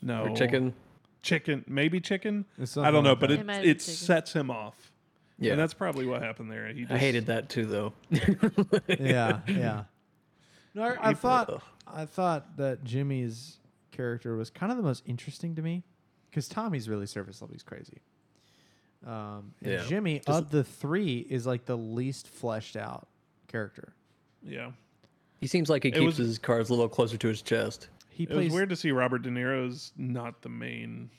Speaker 4: No
Speaker 3: or
Speaker 2: Oh.
Speaker 3: chicken,
Speaker 4: chicken, maybe chicken.
Speaker 2: It's something
Speaker 4: I don't know,
Speaker 2: like
Speaker 4: but
Speaker 2: that.
Speaker 1: It
Speaker 4: it
Speaker 1: might have
Speaker 4: it,
Speaker 1: been chicken.
Speaker 4: sets him off.
Speaker 3: yeah,
Speaker 4: and that's probably what happened there. He just,
Speaker 3: I hated that too though.
Speaker 2: (laughs) yeah, yeah. No, I, I thought I thought that Jimmy's character was kind of the most interesting to me because Tommy's really surface level. He's crazy. Um, and
Speaker 3: Yeah.
Speaker 2: Jimmy of the three is like the least fleshed out character.
Speaker 4: Yeah,
Speaker 3: He seems like he keeps
Speaker 4: was-
Speaker 3: his cards a little closer to his chest.
Speaker 2: He
Speaker 4: It was weird to see Robert De Niro's not the main.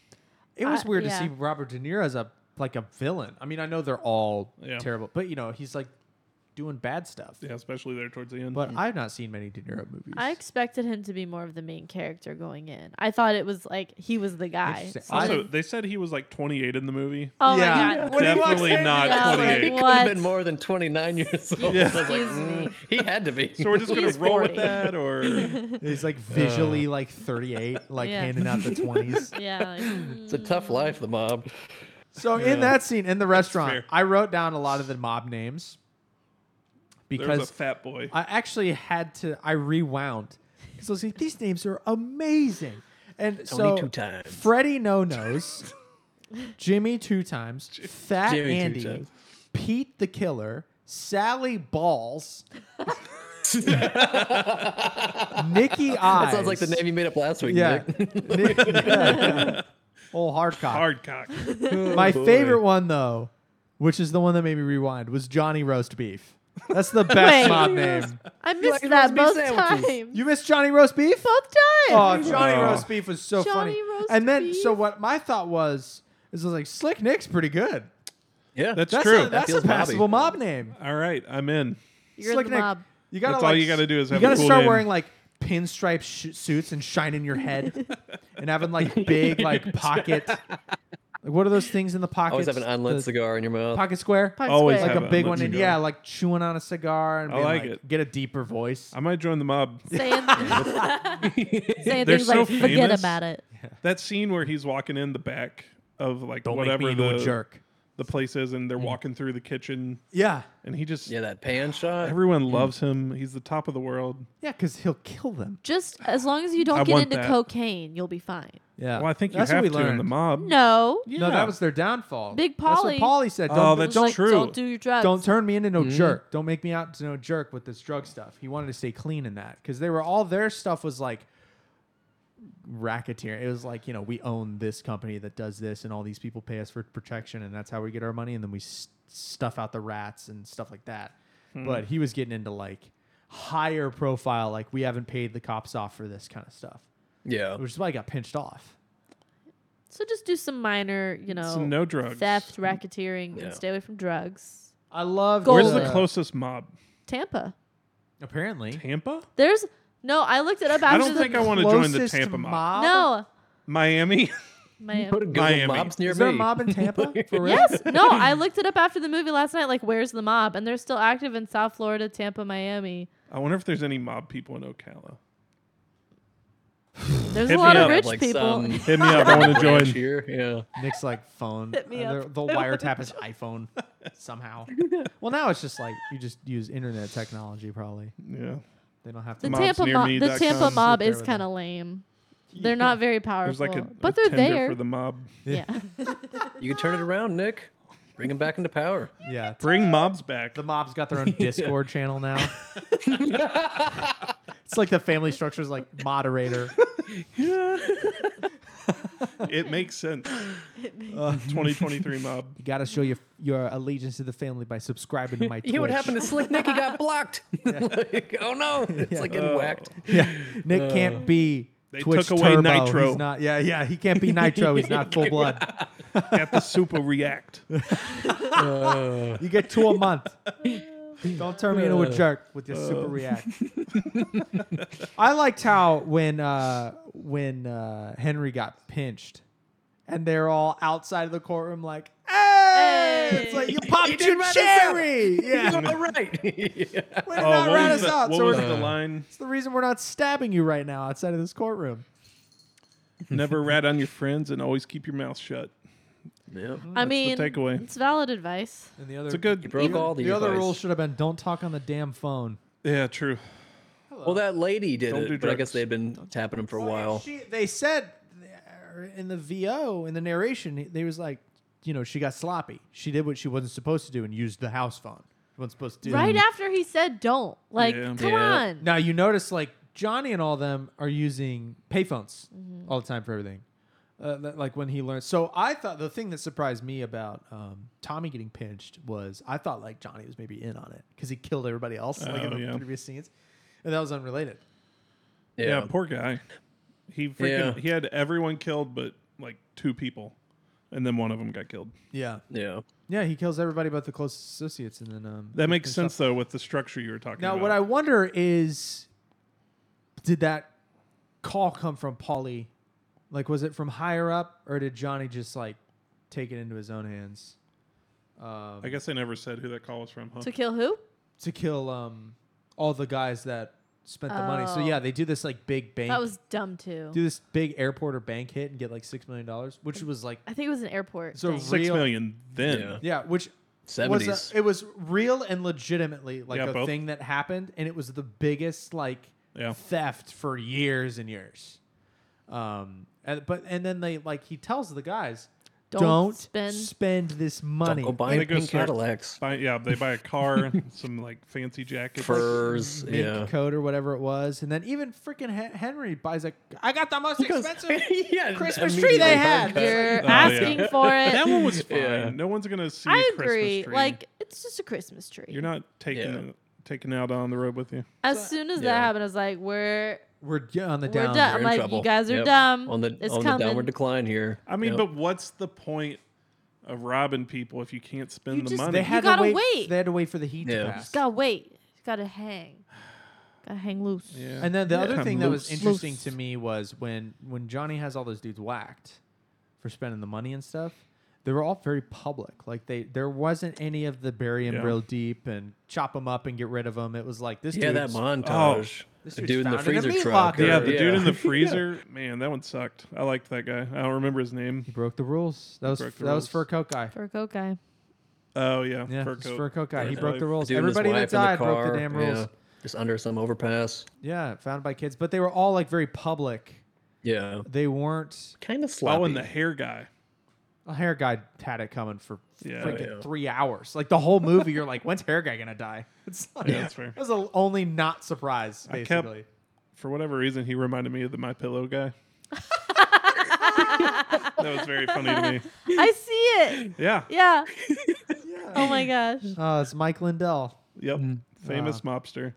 Speaker 2: It was
Speaker 1: I-
Speaker 2: weird
Speaker 1: Uh, yeah.
Speaker 2: to see Robert De Niro as a like a villain. I mean, I know they're all
Speaker 4: Yeah.
Speaker 2: terrible, but you know he's like doing bad stuff.
Speaker 4: Yeah, especially there towards the end.
Speaker 2: But I've not seen many De Niro movies.
Speaker 1: Mm-hmm. I expected him to be more of the main character going in. I thought it was like he was the guy.
Speaker 2: Interesting.
Speaker 1: So
Speaker 4: also,
Speaker 1: then-
Speaker 4: they said he was like 28 in the movie.
Speaker 1: oh
Speaker 2: Yeah.
Speaker 1: my god.
Speaker 2: When he walks
Speaker 4: Definitely
Speaker 2: in,
Speaker 4: not
Speaker 1: yeah, like,
Speaker 4: 28.
Speaker 3: He could
Speaker 1: What?
Speaker 3: have been more than 29 years old. I was like,
Speaker 1: Excuse
Speaker 3: "Mm, he had to be.
Speaker 4: So we're just gonna
Speaker 1: He's
Speaker 4: roll
Speaker 1: 40.
Speaker 4: with
Speaker 1: (laughs)
Speaker 4: that, or (laughs)
Speaker 2: He's like visually like 38, like
Speaker 1: Yeah.
Speaker 2: handing out the
Speaker 1: (laughs)
Speaker 4: (laughs)
Speaker 2: 20s.
Speaker 1: Yeah. like, mm.
Speaker 3: it's a tough life, the mob.
Speaker 2: So in that scene in the restaurant,
Speaker 4: fair.
Speaker 2: I wrote down a lot of the mob names
Speaker 4: there's a
Speaker 2: because
Speaker 4: fat boy.
Speaker 2: I actually had to I rewound because I was like these names are amazing. And so
Speaker 3: Tony two times.
Speaker 2: Freddie No Nose, Jimmy two times, Fat
Speaker 3: Jimmy two
Speaker 2: Andy,
Speaker 3: times.
Speaker 2: Pete the Killer, Sally
Speaker 3: (laughs)
Speaker 2: Balls, Nikki Eyes.
Speaker 3: That sounds like the name you made up last week.
Speaker 2: Yeah.
Speaker 3: Nick.
Speaker 2: Nick, yeah. Old hard cock.
Speaker 4: Hard cock.
Speaker 2: My
Speaker 3: boy.
Speaker 2: favorite one though, which is the one that made me rewind, was Johnny Roast Beef. That's the
Speaker 1: Wait.
Speaker 2: best mob name.
Speaker 1: I missed
Speaker 3: like
Speaker 1: that
Speaker 3: roast beef
Speaker 1: both
Speaker 3: sandwiches.
Speaker 1: times.
Speaker 2: You missed Johnny Roast Beef?
Speaker 1: both
Speaker 2: Oh,
Speaker 1: times.
Speaker 2: Johnny
Speaker 4: Oh.
Speaker 2: Roast Beef was so
Speaker 1: Johnny
Speaker 2: funny.
Speaker 1: Roast
Speaker 2: and then, so
Speaker 1: Beef.
Speaker 2: what my thought was, is I was like, Slick Nick's pretty good.
Speaker 3: yeah.
Speaker 4: That's,
Speaker 2: That's
Speaker 4: true.
Speaker 2: A, that's a
Speaker 3: feels mobby.
Speaker 2: passable mob name.
Speaker 4: all right, I'm in.
Speaker 1: You're
Speaker 2: Slick
Speaker 1: the
Speaker 2: Nick.
Speaker 1: mob.
Speaker 2: You gotta
Speaker 4: That's
Speaker 2: like,
Speaker 4: all you gotta do is
Speaker 2: you
Speaker 4: have a
Speaker 2: gotta
Speaker 4: cool
Speaker 2: start
Speaker 4: name.
Speaker 2: wearing like pinstripe sh- suits and shining your head, and having like
Speaker 4: (laughs)
Speaker 2: big like pocket. Like, what are those things in the pocket?
Speaker 3: Always have an unlit cigar in your mouth.
Speaker 2: pocket square.
Speaker 1: Park
Speaker 4: Always
Speaker 1: Square.
Speaker 2: like
Speaker 4: have
Speaker 2: a
Speaker 4: it,
Speaker 2: big
Speaker 4: let
Speaker 2: one,
Speaker 4: you
Speaker 2: and
Speaker 4: go.
Speaker 2: yeah, like chewing on a cigar and
Speaker 4: I
Speaker 2: being
Speaker 4: like
Speaker 2: like,
Speaker 4: it.
Speaker 2: get a deeper voice.
Speaker 4: I might join the mob. (laughs)
Speaker 1: saying, (laughs) saying
Speaker 4: They're
Speaker 1: things
Speaker 4: so
Speaker 1: like forget
Speaker 4: famous."
Speaker 1: about it.
Speaker 4: That scene where he's walking in the back of like
Speaker 2: Don't
Speaker 4: whatever
Speaker 2: make me into
Speaker 4: the
Speaker 2: a jerk. Mm.
Speaker 4: the place is, and they're walking through the kitchen,
Speaker 2: Yeah, Mm.
Speaker 4: and he just
Speaker 3: yeah, that pan shot.
Speaker 4: everyone loves him. He's the top of the world.
Speaker 2: yeah, because he'll kill them.
Speaker 1: Just as long as you
Speaker 4: I
Speaker 1: don't get
Speaker 4: want
Speaker 1: into
Speaker 4: that.
Speaker 1: cocaine, you'll be fine.
Speaker 2: Yeah.
Speaker 4: Well, I think you
Speaker 2: That's what
Speaker 4: have
Speaker 2: we
Speaker 4: to in
Speaker 2: learned.
Speaker 4: the mob.
Speaker 1: No.
Speaker 2: No,
Speaker 4: Yeah.
Speaker 2: that was their downfall.
Speaker 1: Big Polly.
Speaker 2: That's what Polly said.
Speaker 4: Oh, Mm-hmm.
Speaker 2: Don't,
Speaker 4: that's
Speaker 1: It's like,
Speaker 4: true.
Speaker 1: Don't do your drugs.
Speaker 2: don't turn me into no jerk. Don't make me out to no jerk with this drug stuff. He wanted to stay clean in that because they were all their stuff was like racketeering. It was like you know we own this company that does this, and all these people pay us for protection, and that's how we get our money, and then we s- stuff out the rats and stuff like that.
Speaker 4: Hmm.
Speaker 2: But he was getting into like higher profile, like we haven't paid the cops off for this kind of stuff,
Speaker 3: Yeah.
Speaker 2: which is why he got pinched off.
Speaker 1: So just do some minor, you know,
Speaker 4: Some no drugs.
Speaker 1: theft, racketeering,
Speaker 3: Yeah.
Speaker 1: and stay away from drugs.
Speaker 2: I love.
Speaker 1: Where's
Speaker 4: Where's
Speaker 1: Gold.
Speaker 4: the closest mob?
Speaker 1: Tampa.
Speaker 2: Apparently,
Speaker 4: Tampa?
Speaker 1: There's no. I looked it up.
Speaker 4: I
Speaker 1: after
Speaker 4: don't
Speaker 1: the-
Speaker 4: think I want to join the
Speaker 2: Closest
Speaker 4: Tampa mob.
Speaker 1: No.
Speaker 4: Miami?
Speaker 1: My,
Speaker 3: Put a Google
Speaker 4: Miami.
Speaker 3: mobs near
Speaker 2: Is there a
Speaker 3: me.
Speaker 4: (laughs)
Speaker 2: mob in Tampa? For real?
Speaker 1: yes. No. I
Speaker 3: (laughs)
Speaker 1: looked it up after the movie last night. Like, where's the mob? And they're still active in South Florida, Tampa, Miami.
Speaker 4: I wonder if there's any mob people in Ocala.
Speaker 1: There's
Speaker 4: Hit
Speaker 1: a lot
Speaker 4: me
Speaker 1: of
Speaker 4: up,
Speaker 1: rich
Speaker 3: like
Speaker 1: people.
Speaker 4: (laughs)
Speaker 3: some
Speaker 4: Hit me up. I want to
Speaker 3: ranch
Speaker 4: join.
Speaker 3: here. Yeah.
Speaker 2: Nick's like phone.
Speaker 1: Hit me
Speaker 2: uh,
Speaker 1: up. (laughs)
Speaker 2: They'll, they'll wiretap his iPhone somehow. Well, now it's just like you just use internet technology. Probably
Speaker 4: Yeah.
Speaker 2: they don't have
Speaker 1: the
Speaker 2: to.
Speaker 4: Mobs
Speaker 1: Tampa
Speaker 4: near
Speaker 1: mob.
Speaker 4: me
Speaker 1: The
Speaker 4: dot
Speaker 1: Tampa
Speaker 4: com.
Speaker 1: mob
Speaker 2: Sit there
Speaker 1: is
Speaker 2: with
Speaker 1: kind of lame. They're not very
Speaker 4: There's
Speaker 1: powerful,
Speaker 4: like a,
Speaker 1: but
Speaker 4: a
Speaker 1: they're
Speaker 4: tender
Speaker 1: there.
Speaker 4: for the mob. (laughs)
Speaker 1: yeah.
Speaker 3: You can turn it around, Nick. Bring him back into power.
Speaker 2: Yeah, t-
Speaker 4: Bring mobs back.
Speaker 2: the mob's
Speaker 1: (laughs)
Speaker 2: got their own Discord channel now. it's like the family structure is like moderator.
Speaker 4: it makes
Speaker 2: (laughs)
Speaker 4: sense. 2023 mob.
Speaker 2: You got to show your your allegiance to the family by
Speaker 1: (laughs)
Speaker 2: subscribing to my. Twitch.
Speaker 3: Yeah, what happened to Slick Nick? He (laughs) got blocked. like, oh no. It's like getting whacked.
Speaker 2: Yeah, Nick
Speaker 1: Uh,
Speaker 2: can't be.
Speaker 4: They
Speaker 2: Twitch
Speaker 4: took away
Speaker 2: Turbo.
Speaker 4: Nitro.
Speaker 2: He's not, yeah, yeah, he can't be Nitro.
Speaker 1: (laughs)
Speaker 2: He's not full blood.
Speaker 4: At the super
Speaker 2: (laughs)
Speaker 4: react.
Speaker 2: You get two a month. Don't turn me into a jerk with your super react. (laughs) I liked how when uh, when uh, Henry got pinched, and they're all outside of the courtroom like, "Hey!"
Speaker 1: Hey!
Speaker 2: It's like you popped
Speaker 3: did
Speaker 2: your
Speaker 3: round us out.
Speaker 2: cherry.
Speaker 3: (laughs)
Speaker 2: Yeah,
Speaker 3: All right.
Speaker 2: we did not
Speaker 4: Oh, what
Speaker 2: round
Speaker 4: was,
Speaker 2: us
Speaker 4: the,
Speaker 2: out.
Speaker 4: what
Speaker 2: So
Speaker 4: was
Speaker 2: we're-
Speaker 4: the line?
Speaker 2: it's the reason we're not stabbing you right now outside of this courtroom.
Speaker 4: Never rat on your friends and always keep your mouth shut.
Speaker 3: yeah.
Speaker 1: I
Speaker 4: the
Speaker 1: mean,
Speaker 4: takeaway.
Speaker 1: it's valid advice.
Speaker 2: And the other,
Speaker 4: It's a good.
Speaker 3: broke all the,
Speaker 2: the other
Speaker 3: advice.
Speaker 2: rule should have been don't talk on the damn phone.
Speaker 4: Yeah, true.
Speaker 3: Well, that lady did
Speaker 4: Don't
Speaker 3: it,
Speaker 4: do
Speaker 3: but I guess
Speaker 4: drugs.
Speaker 3: they had been tapping him for a
Speaker 1: Oh,
Speaker 3: while.
Speaker 2: Oh, She, they said there in the VO in the narration, they was like, you know, she got sloppy. She did what she wasn't supposed to do and used the house phone. She wasn't supposed to do.
Speaker 1: Right
Speaker 2: that.
Speaker 1: after he said don't, like,
Speaker 4: Yeah.
Speaker 1: come
Speaker 3: Yeah.
Speaker 1: on.
Speaker 2: now you notice like Johnny and all them are using payphones all the time for everything. Uh, that- like when he learned. So I thought the thing that surprised me about um, Tommy getting pinched was I thought like Johnny was maybe in on it because he killed everybody else like in
Speaker 4: Oh,
Speaker 2: the
Speaker 4: yeah.
Speaker 2: previous scenes. And that was unrelated.
Speaker 4: Yeah,
Speaker 3: yeah.
Speaker 4: poor guy. He freaking
Speaker 3: Yeah.
Speaker 4: he had everyone killed but like two people, and then one of them got killed.
Speaker 2: Yeah.
Speaker 3: yeah.
Speaker 2: Yeah, he kills everybody but the closest associates, and then um.
Speaker 4: That makes
Speaker 2: and
Speaker 4: sense
Speaker 2: stuff.
Speaker 4: though with the structure you were talking
Speaker 2: Now,
Speaker 4: about.
Speaker 2: what I wonder is, did that call come from Paulie? Like, was it from higher up, or did Johnny just like take it into his own hands? Um,
Speaker 4: I guess I never said who that call was from. Huh?
Speaker 1: To kill who?
Speaker 2: to kill um all the guys that spent the money. So
Speaker 1: Oh.
Speaker 2: yeah, they do this like big bank.
Speaker 1: That was dumb too.
Speaker 2: do this big airport or bank hit and get like six million dollars, which was like
Speaker 1: I think it was an airport.
Speaker 2: So
Speaker 1: thing.
Speaker 2: re-
Speaker 4: Six
Speaker 2: Real-
Speaker 4: million then.
Speaker 3: Yeah.
Speaker 2: yeah, which was
Speaker 3: 70s.
Speaker 2: a, it was real and legitimately like
Speaker 4: Yeah,
Speaker 2: a
Speaker 4: both.
Speaker 2: thing that happened, and it was the biggest like
Speaker 4: Yeah.
Speaker 2: theft for years and years. Um, and, but and then they like he tells the guys,
Speaker 1: Don't
Speaker 2: don't,
Speaker 1: spend-
Speaker 2: spend this money.
Speaker 3: Don't go
Speaker 4: And
Speaker 3: buy
Speaker 4: they go
Speaker 3: pink
Speaker 4: start-
Speaker 3: Cadillacs.
Speaker 4: Buy, yeah, they buy a car, some like fancy jacket.
Speaker 3: Furs.
Speaker 2: Mink
Speaker 3: Yeah.
Speaker 2: coat or whatever it was, and then even freaking Hen- Henry buys a. I got the most expensive
Speaker 3: (laughs) yeah.
Speaker 2: Christmas tree
Speaker 3: immediately
Speaker 2: they
Speaker 3: hard
Speaker 2: had.
Speaker 3: cut.
Speaker 1: You're
Speaker 4: Oh, yeah.
Speaker 1: asking
Speaker 4: (laughs)
Speaker 1: for
Speaker 4: that
Speaker 1: it.
Speaker 4: one was fine.
Speaker 3: Yeah.
Speaker 4: No one's gonna see. a
Speaker 1: I
Speaker 4: Christmas
Speaker 1: agree.
Speaker 4: tree.
Speaker 1: Like it's just a Christmas tree.
Speaker 4: you're not taking
Speaker 3: Yeah.
Speaker 4: it- taking it out on the road with you.
Speaker 1: As soon as that
Speaker 3: Yeah.
Speaker 1: happened, I was like, "We're
Speaker 2: We're d- on the
Speaker 1: we're done."
Speaker 2: down.
Speaker 3: You're
Speaker 1: I'm
Speaker 3: in
Speaker 1: like,
Speaker 3: trouble.
Speaker 1: "You guys are
Speaker 3: Yep.
Speaker 1: dumb."
Speaker 3: On the,
Speaker 1: it's
Speaker 3: on the
Speaker 1: coming.
Speaker 3: downward decline here.
Speaker 4: I mean,
Speaker 3: Yep.
Speaker 4: but what's the point of robbing people if you can't spend
Speaker 1: You
Speaker 4: the
Speaker 1: just-
Speaker 4: money?
Speaker 2: They had to
Speaker 1: gotta
Speaker 2: wait,
Speaker 1: wait.
Speaker 2: They had to wait for the heat
Speaker 3: Yeah.
Speaker 2: to pass.
Speaker 1: Gotta wait. Gotta hang. Gotta hang loose.
Speaker 4: yeah.
Speaker 2: And then the other
Speaker 4: Come
Speaker 2: thing that was
Speaker 4: loose.
Speaker 2: interesting
Speaker 1: Loose.
Speaker 2: to me was when when Johnny has all those dudes whacked for spending the money and stuff. They were all very public. Like they, there wasn't any of the bury him
Speaker 4: Yeah.
Speaker 2: real deep and chop them up and get rid of them. It was like this.
Speaker 3: yeah, that
Speaker 2: dude's-
Speaker 3: montage.
Speaker 2: This
Speaker 3: the
Speaker 2: dude's
Speaker 3: dude in the
Speaker 2: found in a
Speaker 3: freezer
Speaker 2: meat
Speaker 3: truck.
Speaker 2: locker.
Speaker 4: oh. yeah,
Speaker 3: or-
Speaker 4: the dude
Speaker 3: (laughs)
Speaker 4: in the freezer, man, that one sucked. I liked that guy. I don't remember his name.
Speaker 2: He broke the rules. That was
Speaker 4: broke the
Speaker 2: that was
Speaker 4: rules.
Speaker 2: for a coke guy.
Speaker 1: For a coke
Speaker 4: (laughs)
Speaker 1: guy.
Speaker 4: Oh yeah,
Speaker 2: Yeah,
Speaker 4: fur
Speaker 2: it's
Speaker 4: coat.
Speaker 2: for a coke guy. He
Speaker 4: Yeah.
Speaker 2: broke the rules.
Speaker 3: Dude and his
Speaker 2: Everybody that
Speaker 3: wife in the
Speaker 2: died broke
Speaker 3: car.
Speaker 2: the damn rules.
Speaker 3: Yeah. Just under some overpass.
Speaker 2: yeah, found by kids, but they were all like very public.
Speaker 3: Yeah.
Speaker 2: They weren't
Speaker 3: Kind of sloppy.
Speaker 4: Oh, and the hair guy.
Speaker 2: Well, Hair Guy had it coming for
Speaker 4: Yeah.
Speaker 2: freaking
Speaker 3: Yeah.
Speaker 2: three hours. Like the whole movie, you're like, when's Hair Guy gonna die? (laughs) It's like,
Speaker 4: Yeah, that's fair.
Speaker 2: That was the only not surprise,
Speaker 4: I kept-
Speaker 2: basically.
Speaker 4: For whatever reason, he reminded me of the My Pillow guy. that was very funny to me.
Speaker 1: I see it.
Speaker 4: Yeah. (laughs)
Speaker 1: Yeah.
Speaker 2: Yeah.
Speaker 1: Oh my gosh.
Speaker 2: Uh, it's Mike Lindell.
Speaker 4: Yep. Famous mobster.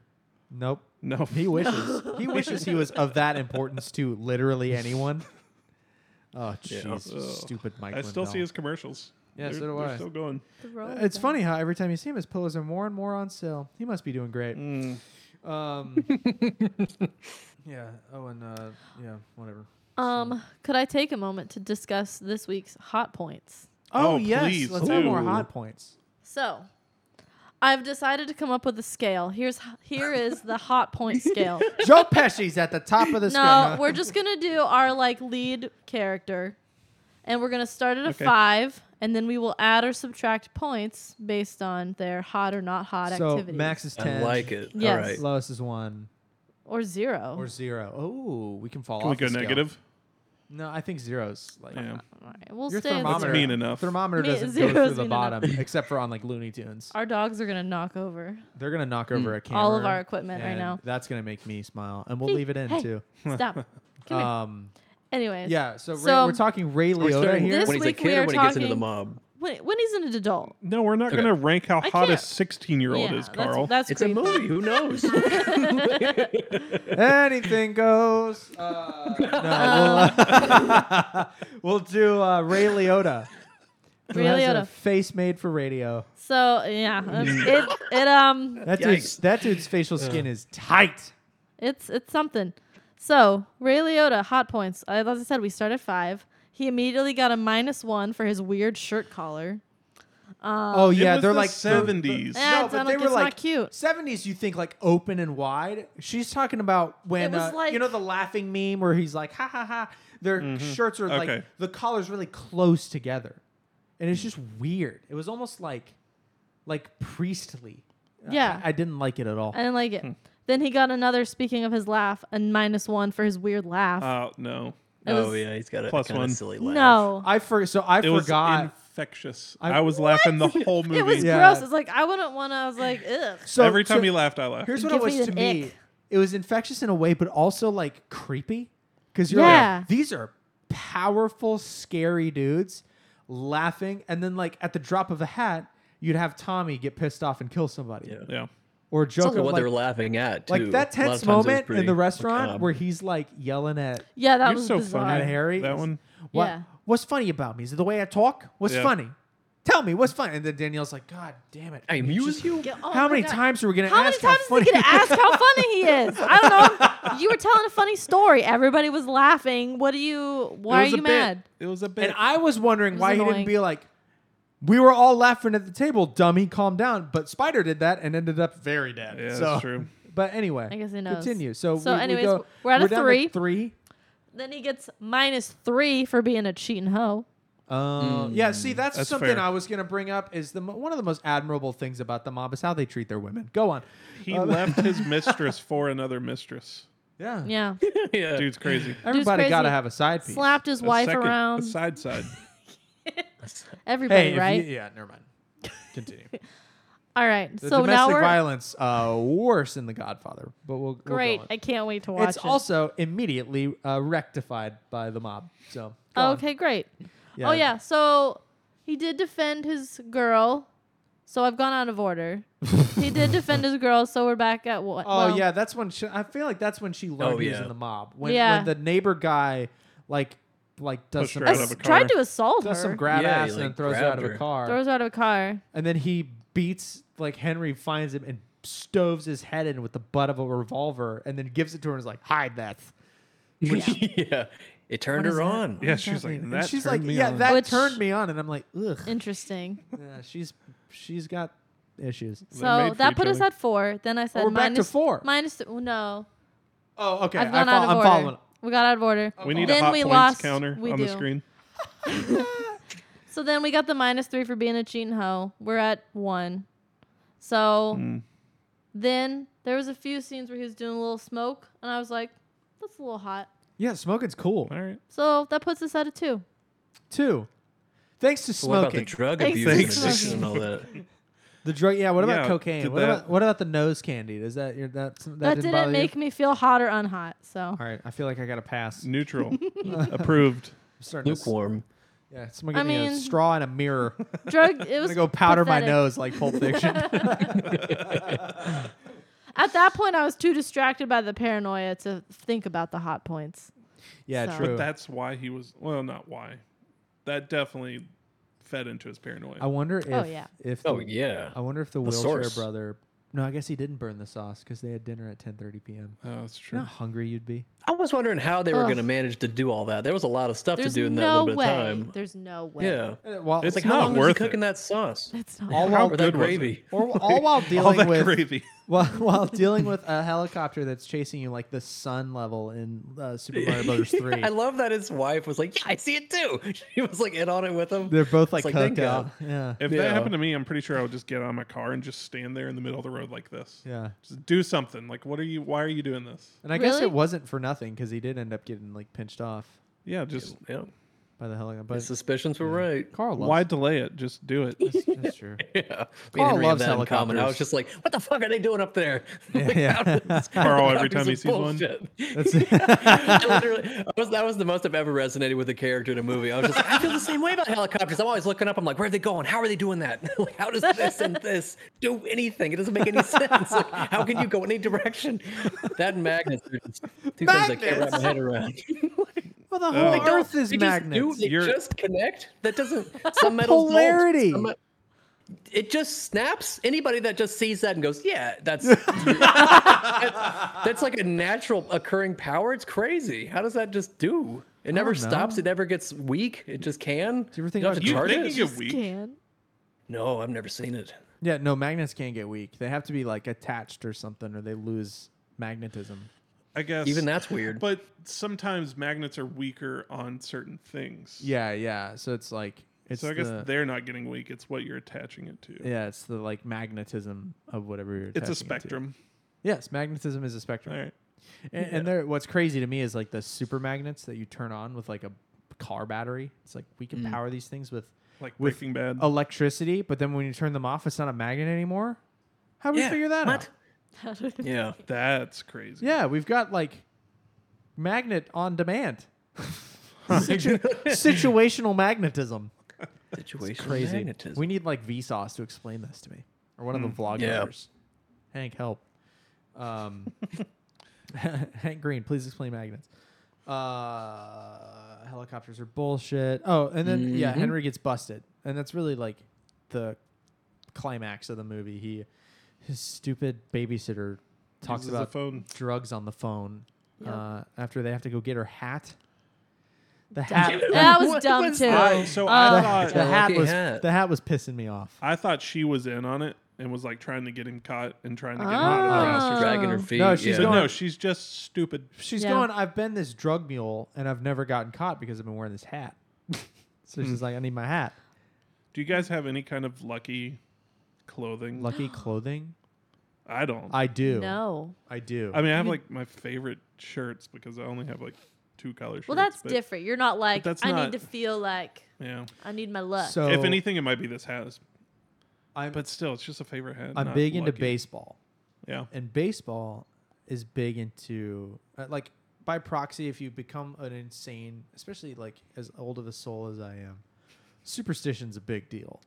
Speaker 2: Nope.
Speaker 4: No.
Speaker 2: Mm.
Speaker 4: (laughs)
Speaker 2: He wishes. he wishes he was of that importance to
Speaker 4: (laughs)
Speaker 2: literally anyone. Oh jeez,
Speaker 4: Ugh.
Speaker 2: stupid Mike.
Speaker 4: I still
Speaker 2: Lindell.
Speaker 4: see his commercials.
Speaker 2: Yeah,
Speaker 4: they're,
Speaker 2: so do
Speaker 4: they're
Speaker 2: I.
Speaker 4: still going.
Speaker 1: The roll
Speaker 2: Uh, It's
Speaker 1: down.
Speaker 2: funny how every time you see him, his pillows are more and more on sale. He must be doing great.
Speaker 4: Mm.
Speaker 2: Um,
Speaker 4: (laughs)
Speaker 2: yeah. Oh, and uh, yeah, whatever.
Speaker 1: Um, could I take a moment to discuss this week's hot points?
Speaker 2: Oh,
Speaker 4: Oh,
Speaker 2: yes,
Speaker 4: please
Speaker 2: let's have more
Speaker 4: do.
Speaker 2: hot points.
Speaker 1: So, I've decided to come up with a scale. Here's here is the hot point
Speaker 4: (laughs)
Speaker 1: scale.
Speaker 2: Joe Pesci's at the top of the
Speaker 1: no,
Speaker 2: scale.
Speaker 1: we're just gonna
Speaker 2: (laughs)
Speaker 1: do our like lead character, and we're gonna start at a
Speaker 4: Okay.
Speaker 1: five, and then we will add or subtract points based on their hot or not hot
Speaker 2: so
Speaker 1: activities,
Speaker 2: Max is
Speaker 3: I
Speaker 2: ten.
Speaker 3: like it.
Speaker 1: Yes.
Speaker 3: All right.
Speaker 2: Lois is one
Speaker 1: or zero.
Speaker 2: or zero. Oh, we can fall
Speaker 4: Can
Speaker 2: off.
Speaker 4: we go
Speaker 2: the scale.
Speaker 4: negative?
Speaker 2: No, I think zero's like
Speaker 1: All
Speaker 4: Yeah.
Speaker 1: right, we'll
Speaker 2: your
Speaker 1: stay. at the
Speaker 2: thermometer.
Speaker 1: zero.
Speaker 4: mean enough.
Speaker 2: Thermometer
Speaker 1: Me-
Speaker 2: doesn't go
Speaker 1: zero's
Speaker 2: through the
Speaker 1: mean
Speaker 2: bottom except for on like Looney Tunes.
Speaker 1: Our dogs are gonna knock
Speaker 2: (laughs)
Speaker 1: over.
Speaker 2: They're gonna knock over
Speaker 4: Hmm.
Speaker 2: a camera.
Speaker 1: All of our equipment right
Speaker 2: and
Speaker 1: now.
Speaker 2: That's gonna make me smile, and we'll
Speaker 1: Hey,
Speaker 2: leave it in
Speaker 1: hey.
Speaker 2: too.
Speaker 1: Stop. Come here.
Speaker 2: Um,
Speaker 1: Anyways,
Speaker 2: yeah. So, Ray-
Speaker 1: So-
Speaker 2: we're talking Ray
Speaker 3: Are we
Speaker 2: Liotta
Speaker 3: starting
Speaker 2: here.
Speaker 1: This
Speaker 3: when he's a
Speaker 1: week we
Speaker 3: kid
Speaker 1: are
Speaker 3: or when he gets into the
Speaker 1: talking-
Speaker 3: mob?
Speaker 1: when, when he's an adult,
Speaker 4: No, we're not
Speaker 3: Okay.
Speaker 4: going to rank how
Speaker 1: I
Speaker 4: hot a
Speaker 1: can't.
Speaker 4: 16 year old
Speaker 1: Yeah,
Speaker 4: is, Carl.
Speaker 1: That's, that's
Speaker 3: It's a
Speaker 1: creepy.
Speaker 3: movie. Who (laughs) knows?
Speaker 4: (laughs)
Speaker 2: Anything goes. Uh, no, we'll, uh, we'll (laughs) do uh, Ray Liotta. who
Speaker 1: Ray
Speaker 2: has a
Speaker 1: Liotta.
Speaker 2: face made for radio.
Speaker 1: So yeah,
Speaker 2: (laughs)
Speaker 1: that's- it it um
Speaker 2: That dude's,
Speaker 3: Yikes.
Speaker 2: that dude's facial skin is tight.
Speaker 1: it's it's something. So Ray Liotta hot points. I- As I said, we start at five. He immediately got a minus one for his weird shirt collar.
Speaker 2: oh
Speaker 4: It
Speaker 2: yeah,
Speaker 4: was
Speaker 2: they're
Speaker 4: the
Speaker 2: like
Speaker 4: 70s.
Speaker 1: Yeah.
Speaker 2: No,
Speaker 1: it's
Speaker 2: but
Speaker 1: not-
Speaker 2: they
Speaker 1: it's
Speaker 2: were
Speaker 1: not
Speaker 2: like
Speaker 1: cute.
Speaker 2: Seventies, you think like open and wide. She's talking about when
Speaker 1: was
Speaker 2: uh,
Speaker 1: like-
Speaker 2: you know the laughing meme where he's like ha ha ha. Their shirts are
Speaker 4: Mm-hmm.
Speaker 2: like
Speaker 4: Okay.
Speaker 2: the collar's really close together, and it's just weird. It was almost like like priestly.
Speaker 1: Yeah.
Speaker 2: I, I didn't like it at all.
Speaker 1: I didn't like it. Then he got another. Speaking of his laugh, a minus one for his weird laugh.
Speaker 4: Uh, no.
Speaker 1: It
Speaker 3: oh
Speaker 1: was-
Speaker 3: yeah, he's got a
Speaker 4: Plus
Speaker 3: kind
Speaker 4: one.
Speaker 3: of silly laugh.
Speaker 1: no,
Speaker 2: I for so I
Speaker 4: It was
Speaker 2: forgot.
Speaker 4: infectious.
Speaker 2: I-
Speaker 4: I, was laughing the
Speaker 2: (laughs)
Speaker 4: whole movie.
Speaker 1: it was
Speaker 2: Yeah.
Speaker 1: gross. It's like I wouldn't want to. I was like, ugh.
Speaker 2: so
Speaker 4: Every time
Speaker 2: so
Speaker 4: he laughed, I laughed.
Speaker 2: Here's what
Speaker 1: Give
Speaker 2: it was
Speaker 1: me
Speaker 2: to
Speaker 1: an
Speaker 2: me.
Speaker 1: ick.
Speaker 2: It was infectious in a way, but also like creepy. Because you're
Speaker 1: Yeah.
Speaker 2: like, these are powerful, scary dudes laughing. And then like at the drop of a hat, you'd have Tommy get pissed off and kill somebody.
Speaker 3: Yeah.
Speaker 4: Yeah.
Speaker 2: or joke
Speaker 3: also
Speaker 2: of,
Speaker 3: what
Speaker 2: like,
Speaker 3: they were laughing at too.
Speaker 2: like that
Speaker 3: A lot of
Speaker 2: tense
Speaker 3: times it was
Speaker 2: moment in
Speaker 3: pretty um,
Speaker 2: the restaurant
Speaker 3: macabre.
Speaker 2: where he's like yelling at
Speaker 1: Yeah, that
Speaker 4: You're
Speaker 1: was
Speaker 4: so
Speaker 1: bizarre.
Speaker 4: funny.
Speaker 2: at Harry.
Speaker 4: That one?
Speaker 2: What,
Speaker 1: Yeah.
Speaker 2: What's funny about me? Is it the way I talk? What's
Speaker 4: Yeah.
Speaker 2: funny? Tell me what's funny. And then Danielle's like, God damn it!
Speaker 3: I amuse you.
Speaker 1: Yeah, oh
Speaker 2: how
Speaker 1: my
Speaker 2: many
Speaker 1: God.
Speaker 2: times are we gonna
Speaker 1: How many
Speaker 2: ask
Speaker 1: times
Speaker 2: how
Speaker 1: is
Speaker 2: funny (laughs)
Speaker 1: he gonna ask how funny he is? I don't know. You were telling a funny story. Everybody was laughing. What do you? Why are
Speaker 4: was a
Speaker 1: you
Speaker 4: bit.
Speaker 1: mad?
Speaker 4: It was a bit.
Speaker 2: And I was wondering
Speaker 1: was
Speaker 2: why he
Speaker 1: annoying.
Speaker 2: didn't be like, we were all laughing at the table, dummy, calm down. But Spider did that and ended up very dead.
Speaker 4: Yeah,
Speaker 2: so,
Speaker 4: that's true.
Speaker 2: (laughs) But anyway,
Speaker 1: I guess he knows.
Speaker 2: Continue. So,
Speaker 1: So
Speaker 2: we,
Speaker 1: anyways,
Speaker 2: we go,
Speaker 1: we're at a
Speaker 2: down to
Speaker 1: three.
Speaker 2: Three.
Speaker 1: Then he gets minus three for being a cheating hoe.
Speaker 2: Um, Yeah, see, that's,
Speaker 4: Mm, That's
Speaker 2: something
Speaker 4: fair.
Speaker 2: I was going to bring up. Is the mo- one of the most admirable things about the mob is how they treat their women. Go on.
Speaker 4: he
Speaker 2: Um,
Speaker 4: left his mistress for another mistress.
Speaker 2: Yeah,
Speaker 1: Yeah,
Speaker 3: (laughs) yeah. (laughs)
Speaker 4: Dude's crazy.
Speaker 2: (laughs) Everybody got to
Speaker 1: crazy.
Speaker 2: have a side piece.
Speaker 1: slapped his
Speaker 4: A
Speaker 1: wife
Speaker 4: second-
Speaker 1: around.
Speaker 4: A side
Speaker 2: (laughs)
Speaker 4: side.
Speaker 1: Everybody,
Speaker 2: Hey, if
Speaker 1: right?
Speaker 2: you- yeah,
Speaker 1: (laughs)
Speaker 2: never mind. Continue.
Speaker 1: All right.
Speaker 2: The
Speaker 1: so now
Speaker 2: domestic
Speaker 1: we're
Speaker 2: violence uh, worse in The Godfather, but we'll we'll go
Speaker 1: great.
Speaker 2: on.
Speaker 1: I can't wait to watch
Speaker 2: it's
Speaker 1: it.
Speaker 2: also immediately uh, rectified by the mob. So go on.
Speaker 1: Oh, okay, great. Oh yeah. So he did defend his girl. So I've gone out of
Speaker 2: (laughs)
Speaker 1: order. he did defend his girl. So we're back at what?
Speaker 2: Oh
Speaker 1: well,
Speaker 2: yeah, that's when she, I feel like that's when she learned
Speaker 3: Oh,
Speaker 2: he was
Speaker 3: yeah.
Speaker 2: in the mob. When,
Speaker 1: Yeah.
Speaker 2: when the neighbor guy like like does
Speaker 4: Pushed
Speaker 2: some
Speaker 4: her out
Speaker 1: ass-
Speaker 4: of a car.
Speaker 1: tried to assault
Speaker 2: does some
Speaker 1: her.
Speaker 2: grab
Speaker 3: Yeah, he,
Speaker 2: ass and then
Speaker 3: like,
Speaker 2: throws her out
Speaker 3: grabbed
Speaker 2: of a
Speaker 3: her.
Speaker 2: car,
Speaker 1: Throws her out of a car.
Speaker 2: and then he beats like Henry finds him and stoves his head in with the butt of a revolver, and then gives it to her and is like, "Hide that."
Speaker 3: yeah. It turned
Speaker 2: What is
Speaker 3: her
Speaker 2: that?
Speaker 3: on.
Speaker 4: Yeah, she's like
Speaker 2: And
Speaker 4: that.
Speaker 2: she's
Speaker 4: turned
Speaker 2: like,
Speaker 4: me
Speaker 2: "Yeah,
Speaker 4: on."
Speaker 2: that
Speaker 1: Which-
Speaker 2: turned me on," and I'm like, "Ugh, (laughs)
Speaker 1: Interesting.
Speaker 2: yeah, she's she's got issues."
Speaker 1: So
Speaker 4: made for
Speaker 1: that
Speaker 4: each
Speaker 1: put us
Speaker 4: other.
Speaker 1: at four. Then I said
Speaker 2: Oh, we're back to
Speaker 1: minus-
Speaker 2: four.
Speaker 1: Minus th- no.
Speaker 2: Oh, okay,
Speaker 1: I've gone
Speaker 2: I
Speaker 1: out of
Speaker 2: fol- I'm
Speaker 1: order.
Speaker 2: following.
Speaker 1: We got out of order.
Speaker 4: We need
Speaker 1: Then
Speaker 4: a hot
Speaker 1: we
Speaker 4: points
Speaker 1: lost-
Speaker 4: counter
Speaker 1: we
Speaker 4: on the
Speaker 1: do.
Speaker 4: screen.
Speaker 1: So then we got the minus three for being a cheating hoe. We're at one. So
Speaker 2: Hmm.
Speaker 1: then there was a few scenes where he was doing a little smoke, and I was like, "That's a little hot."
Speaker 2: Yeah, smoking's cool.
Speaker 4: All right.
Speaker 1: So that puts us at a two.
Speaker 2: Two. Thanks to
Speaker 3: So what about the
Speaker 2: smoking. the,
Speaker 3: drug
Speaker 1: Thanks
Speaker 3: abuse
Speaker 1: for
Speaker 3: and
Speaker 1: smoking.
Speaker 3: addiction and all that?
Speaker 2: drug. Yeah. What about
Speaker 4: Yeah,
Speaker 2: cocaine?
Speaker 4: did
Speaker 2: What
Speaker 4: that-
Speaker 2: about what about the nose candy? Does that your that that,
Speaker 1: That,
Speaker 2: didn't,
Speaker 1: didn't,
Speaker 2: bother you?
Speaker 1: make me feel hot or unhot. So
Speaker 2: All right. I feel like I got to pass.
Speaker 4: (laughs)
Speaker 2: I'm
Speaker 4: Neutral. Approved.
Speaker 2: starting to s-
Speaker 3: Lukewarm.
Speaker 2: yeah. Someone give
Speaker 1: I
Speaker 2: me a
Speaker 1: mean-
Speaker 2: straw and a mirror. I'm (laughs)
Speaker 1: drug. (laughs) It was
Speaker 2: gonna go powder
Speaker 1: pathetic.
Speaker 2: my nose like Pulp
Speaker 1: (laughs)
Speaker 2: Fiction. (laughs)
Speaker 1: At that point, I was too distracted by the paranoia to think about the hot points.
Speaker 2: yeah.
Speaker 1: So-
Speaker 2: True.
Speaker 4: But that's why he was. Well, not why. That definitely fed into his paranoia.
Speaker 2: I wonder if
Speaker 1: Oh, yeah.
Speaker 2: if the,
Speaker 3: Oh yeah.
Speaker 2: I wonder if the,
Speaker 3: The
Speaker 2: wheelchair
Speaker 3: source.
Speaker 2: brother. No, I guess he didn't burn the sauce because they had dinner at 10:30 p.m.
Speaker 4: oh, that's
Speaker 2: You know
Speaker 4: (laughs) true.
Speaker 2: how hungry you'd be.
Speaker 3: I was wondering how they were
Speaker 1: Ugh.
Speaker 3: going to manage to do all that. There was a lot of stuff
Speaker 1: There's
Speaker 3: to do in that
Speaker 1: no
Speaker 3: little bit
Speaker 1: way.
Speaker 3: of time.
Speaker 1: There's no way.
Speaker 3: Yeah.
Speaker 2: Uh, While,
Speaker 4: It's
Speaker 3: It's like
Speaker 4: not
Speaker 3: how long was he
Speaker 4: worth
Speaker 3: cooking
Speaker 4: it.
Speaker 3: that sauce?
Speaker 1: That's not.
Speaker 2: all
Speaker 4: How
Speaker 2: while,
Speaker 3: Or
Speaker 4: good
Speaker 3: that
Speaker 4: was it?
Speaker 3: gravy.
Speaker 2: or, all while dealing
Speaker 4: All that
Speaker 2: with
Speaker 4: gravy.
Speaker 2: while, (laughs) while dealing with a helicopter that's chasing you like the sun level in uh, Super Mario Brothers Three.
Speaker 3: (laughs) I love that his wife was like, "Yeah, I see it too." (laughs) She was like in on it with him.
Speaker 2: They're both like,
Speaker 3: It's like,
Speaker 2: hooked
Speaker 3: thank
Speaker 2: up.
Speaker 3: God.
Speaker 2: Yeah,
Speaker 4: If
Speaker 3: Yeah.
Speaker 4: that happened to me, I'm pretty sure I would just get out of my car and just stand there in the middle of the road like this.
Speaker 2: yeah.
Speaker 4: Just do something. Like, what are you? Why are you doing this?
Speaker 2: And I guess
Speaker 1: Really?
Speaker 2: it wasn't for nothing because he did end up getting like pinched off
Speaker 4: Yeah, just
Speaker 3: Yeah,
Speaker 2: by the helicopter. But
Speaker 3: his suspicions were right.
Speaker 2: Carl loves.
Speaker 4: why delay it? Just do it.
Speaker 1: (laughs)
Speaker 2: That's, that's true.
Speaker 3: Yeah, me
Speaker 2: Carl
Speaker 3: and Henry have
Speaker 2: loves
Speaker 3: that in common. I
Speaker 2: helicopters.
Speaker 3: was just like, "What the fuck are they doing up there?" (laughs)
Speaker 2: Yeah, yeah. (laughs)
Speaker 4: Carl, every time he sees one.
Speaker 3: That's (laughs) I literally, I was, that was the most I've ever resonated with a character in a movie. I was just like, I feel the same way about helicopters. I'm always looking up. I'm like, where are they going? How are they doing that? (laughs) like, how does
Speaker 4: (laughs)
Speaker 3: this and this do anything? It doesn't make any sense. Like, how can you go
Speaker 4: (laughs)
Speaker 3: any direction? that and magnets are just two things I can't wrap my head around.
Speaker 2: Well, the
Speaker 4: Oh.
Speaker 2: whole
Speaker 4: They don't-
Speaker 2: Earth is
Speaker 3: They just do-
Speaker 2: magnets.
Speaker 3: they
Speaker 4: You're-
Speaker 3: just connect.
Speaker 2: (laughs)
Speaker 3: That doesn't. Some metals don't,
Speaker 2: Polarity.
Speaker 3: some- it just snaps. Anybody that just sees that and goes, "Yeah,
Speaker 2: (laughs)
Speaker 3: that's that's, that's like a natural occurring power." It's crazy. How does that just do? It never
Speaker 2: don't know.
Speaker 3: stops. It never gets weak. It just can. Do
Speaker 2: you ever think
Speaker 3: have
Speaker 2: about
Speaker 3: to
Speaker 4: You
Speaker 3: chart
Speaker 4: think
Speaker 3: it?
Speaker 4: you get weak?
Speaker 1: Can.
Speaker 3: No, I've never seen it.
Speaker 2: Yeah, no, magnets can't get weak. They have to be like attached or something, or they lose magnetism.
Speaker 4: (laughs) I guess
Speaker 3: Even that's weird.
Speaker 4: But sometimes magnets are weaker on certain things.
Speaker 2: Yeah, yeah. So it's like it's
Speaker 4: So I guess
Speaker 2: the,
Speaker 4: they're not getting weak. It's what you're attaching it to.
Speaker 2: yeah, it's the like magnetism of whatever you're.
Speaker 4: it's
Speaker 2: attaching
Speaker 4: a
Speaker 2: it to.
Speaker 4: spectrum.
Speaker 2: Yes, magnetism is a spectrum.
Speaker 4: All right.
Speaker 2: And, and there, what's crazy to me is like the super magnets that you turn on with like a car battery. It's like we can power these things with
Speaker 4: Like
Speaker 2: With
Speaker 4: Breaking Bad.
Speaker 2: electricity, but then when you turn them off, it's not a magnet anymore. How do we figure that out?
Speaker 3: Yeah.
Speaker 4: That's crazy.
Speaker 2: Yeah, we've got like magnet on demand, situational magnetism.
Speaker 3: Situation.
Speaker 2: Crazy.
Speaker 3: Magnetism.
Speaker 2: We need like Vsauce to explain this to me, or one of the vloggers.
Speaker 3: Yeah.
Speaker 2: Hank, help. Um, (laughs) Hank Green, please explain magnets. Uh, helicopters are bullshit. Oh, and then yeah,
Speaker 3: Mhm.
Speaker 2: Henry gets busted, and that's really like the climax of the movie. He, his stupid babysitter, talks
Speaker 4: Uses the
Speaker 2: about
Speaker 4: phone.
Speaker 2: drugs on the phone.
Speaker 1: Yep.
Speaker 2: Uh, after they have to go get her hat. The hat.
Speaker 1: that was dumb
Speaker 4: was
Speaker 1: too.
Speaker 2: (laughs)
Speaker 4: I- so
Speaker 1: Uh,
Speaker 4: I
Speaker 2: the,
Speaker 4: thought
Speaker 2: the hat
Speaker 3: Lucky
Speaker 2: was
Speaker 3: hat.
Speaker 2: the hat was pissing me off.
Speaker 4: I thought she was in on it and was like trying to get him caught and trying to get him
Speaker 1: Oh.
Speaker 4: out of the house.
Speaker 1: Oh.
Speaker 3: dragging her feet.
Speaker 2: No, she's
Speaker 4: But
Speaker 3: yeah.
Speaker 2: going-
Speaker 4: no, she's just stupid.
Speaker 2: She's
Speaker 1: Yeah.
Speaker 2: going, I've been this drug mule and I've never gotten caught because I've been wearing this hat. (laughs) so
Speaker 4: Mm.
Speaker 2: she's like, I need
Speaker 1: (gasps)
Speaker 2: my hat.
Speaker 4: Do you guys have any kind of lucky clothing?
Speaker 2: Lucky clothing?
Speaker 4: I don't. I,
Speaker 2: I do.
Speaker 1: no.
Speaker 2: I do.
Speaker 4: mean, I have like my favorite shirts because I only have like two color shirts.
Speaker 1: Well, that's
Speaker 4: but,
Speaker 1: different. You're not like
Speaker 4: that's
Speaker 1: I
Speaker 4: not-
Speaker 1: need to feel like
Speaker 4: Yeah.
Speaker 1: I need my luck.
Speaker 2: so
Speaker 4: if anything, it might be this hat.
Speaker 2: I'm,
Speaker 4: But still, it's just a favorite hat.
Speaker 2: I'm
Speaker 4: not
Speaker 2: big into
Speaker 4: lucky.
Speaker 2: baseball. (laughs)
Speaker 4: Yeah.
Speaker 2: And baseball is big into, uh, like, by proxy, if you become an insane, especially like as old of a soul as I am, superstition's a big deal.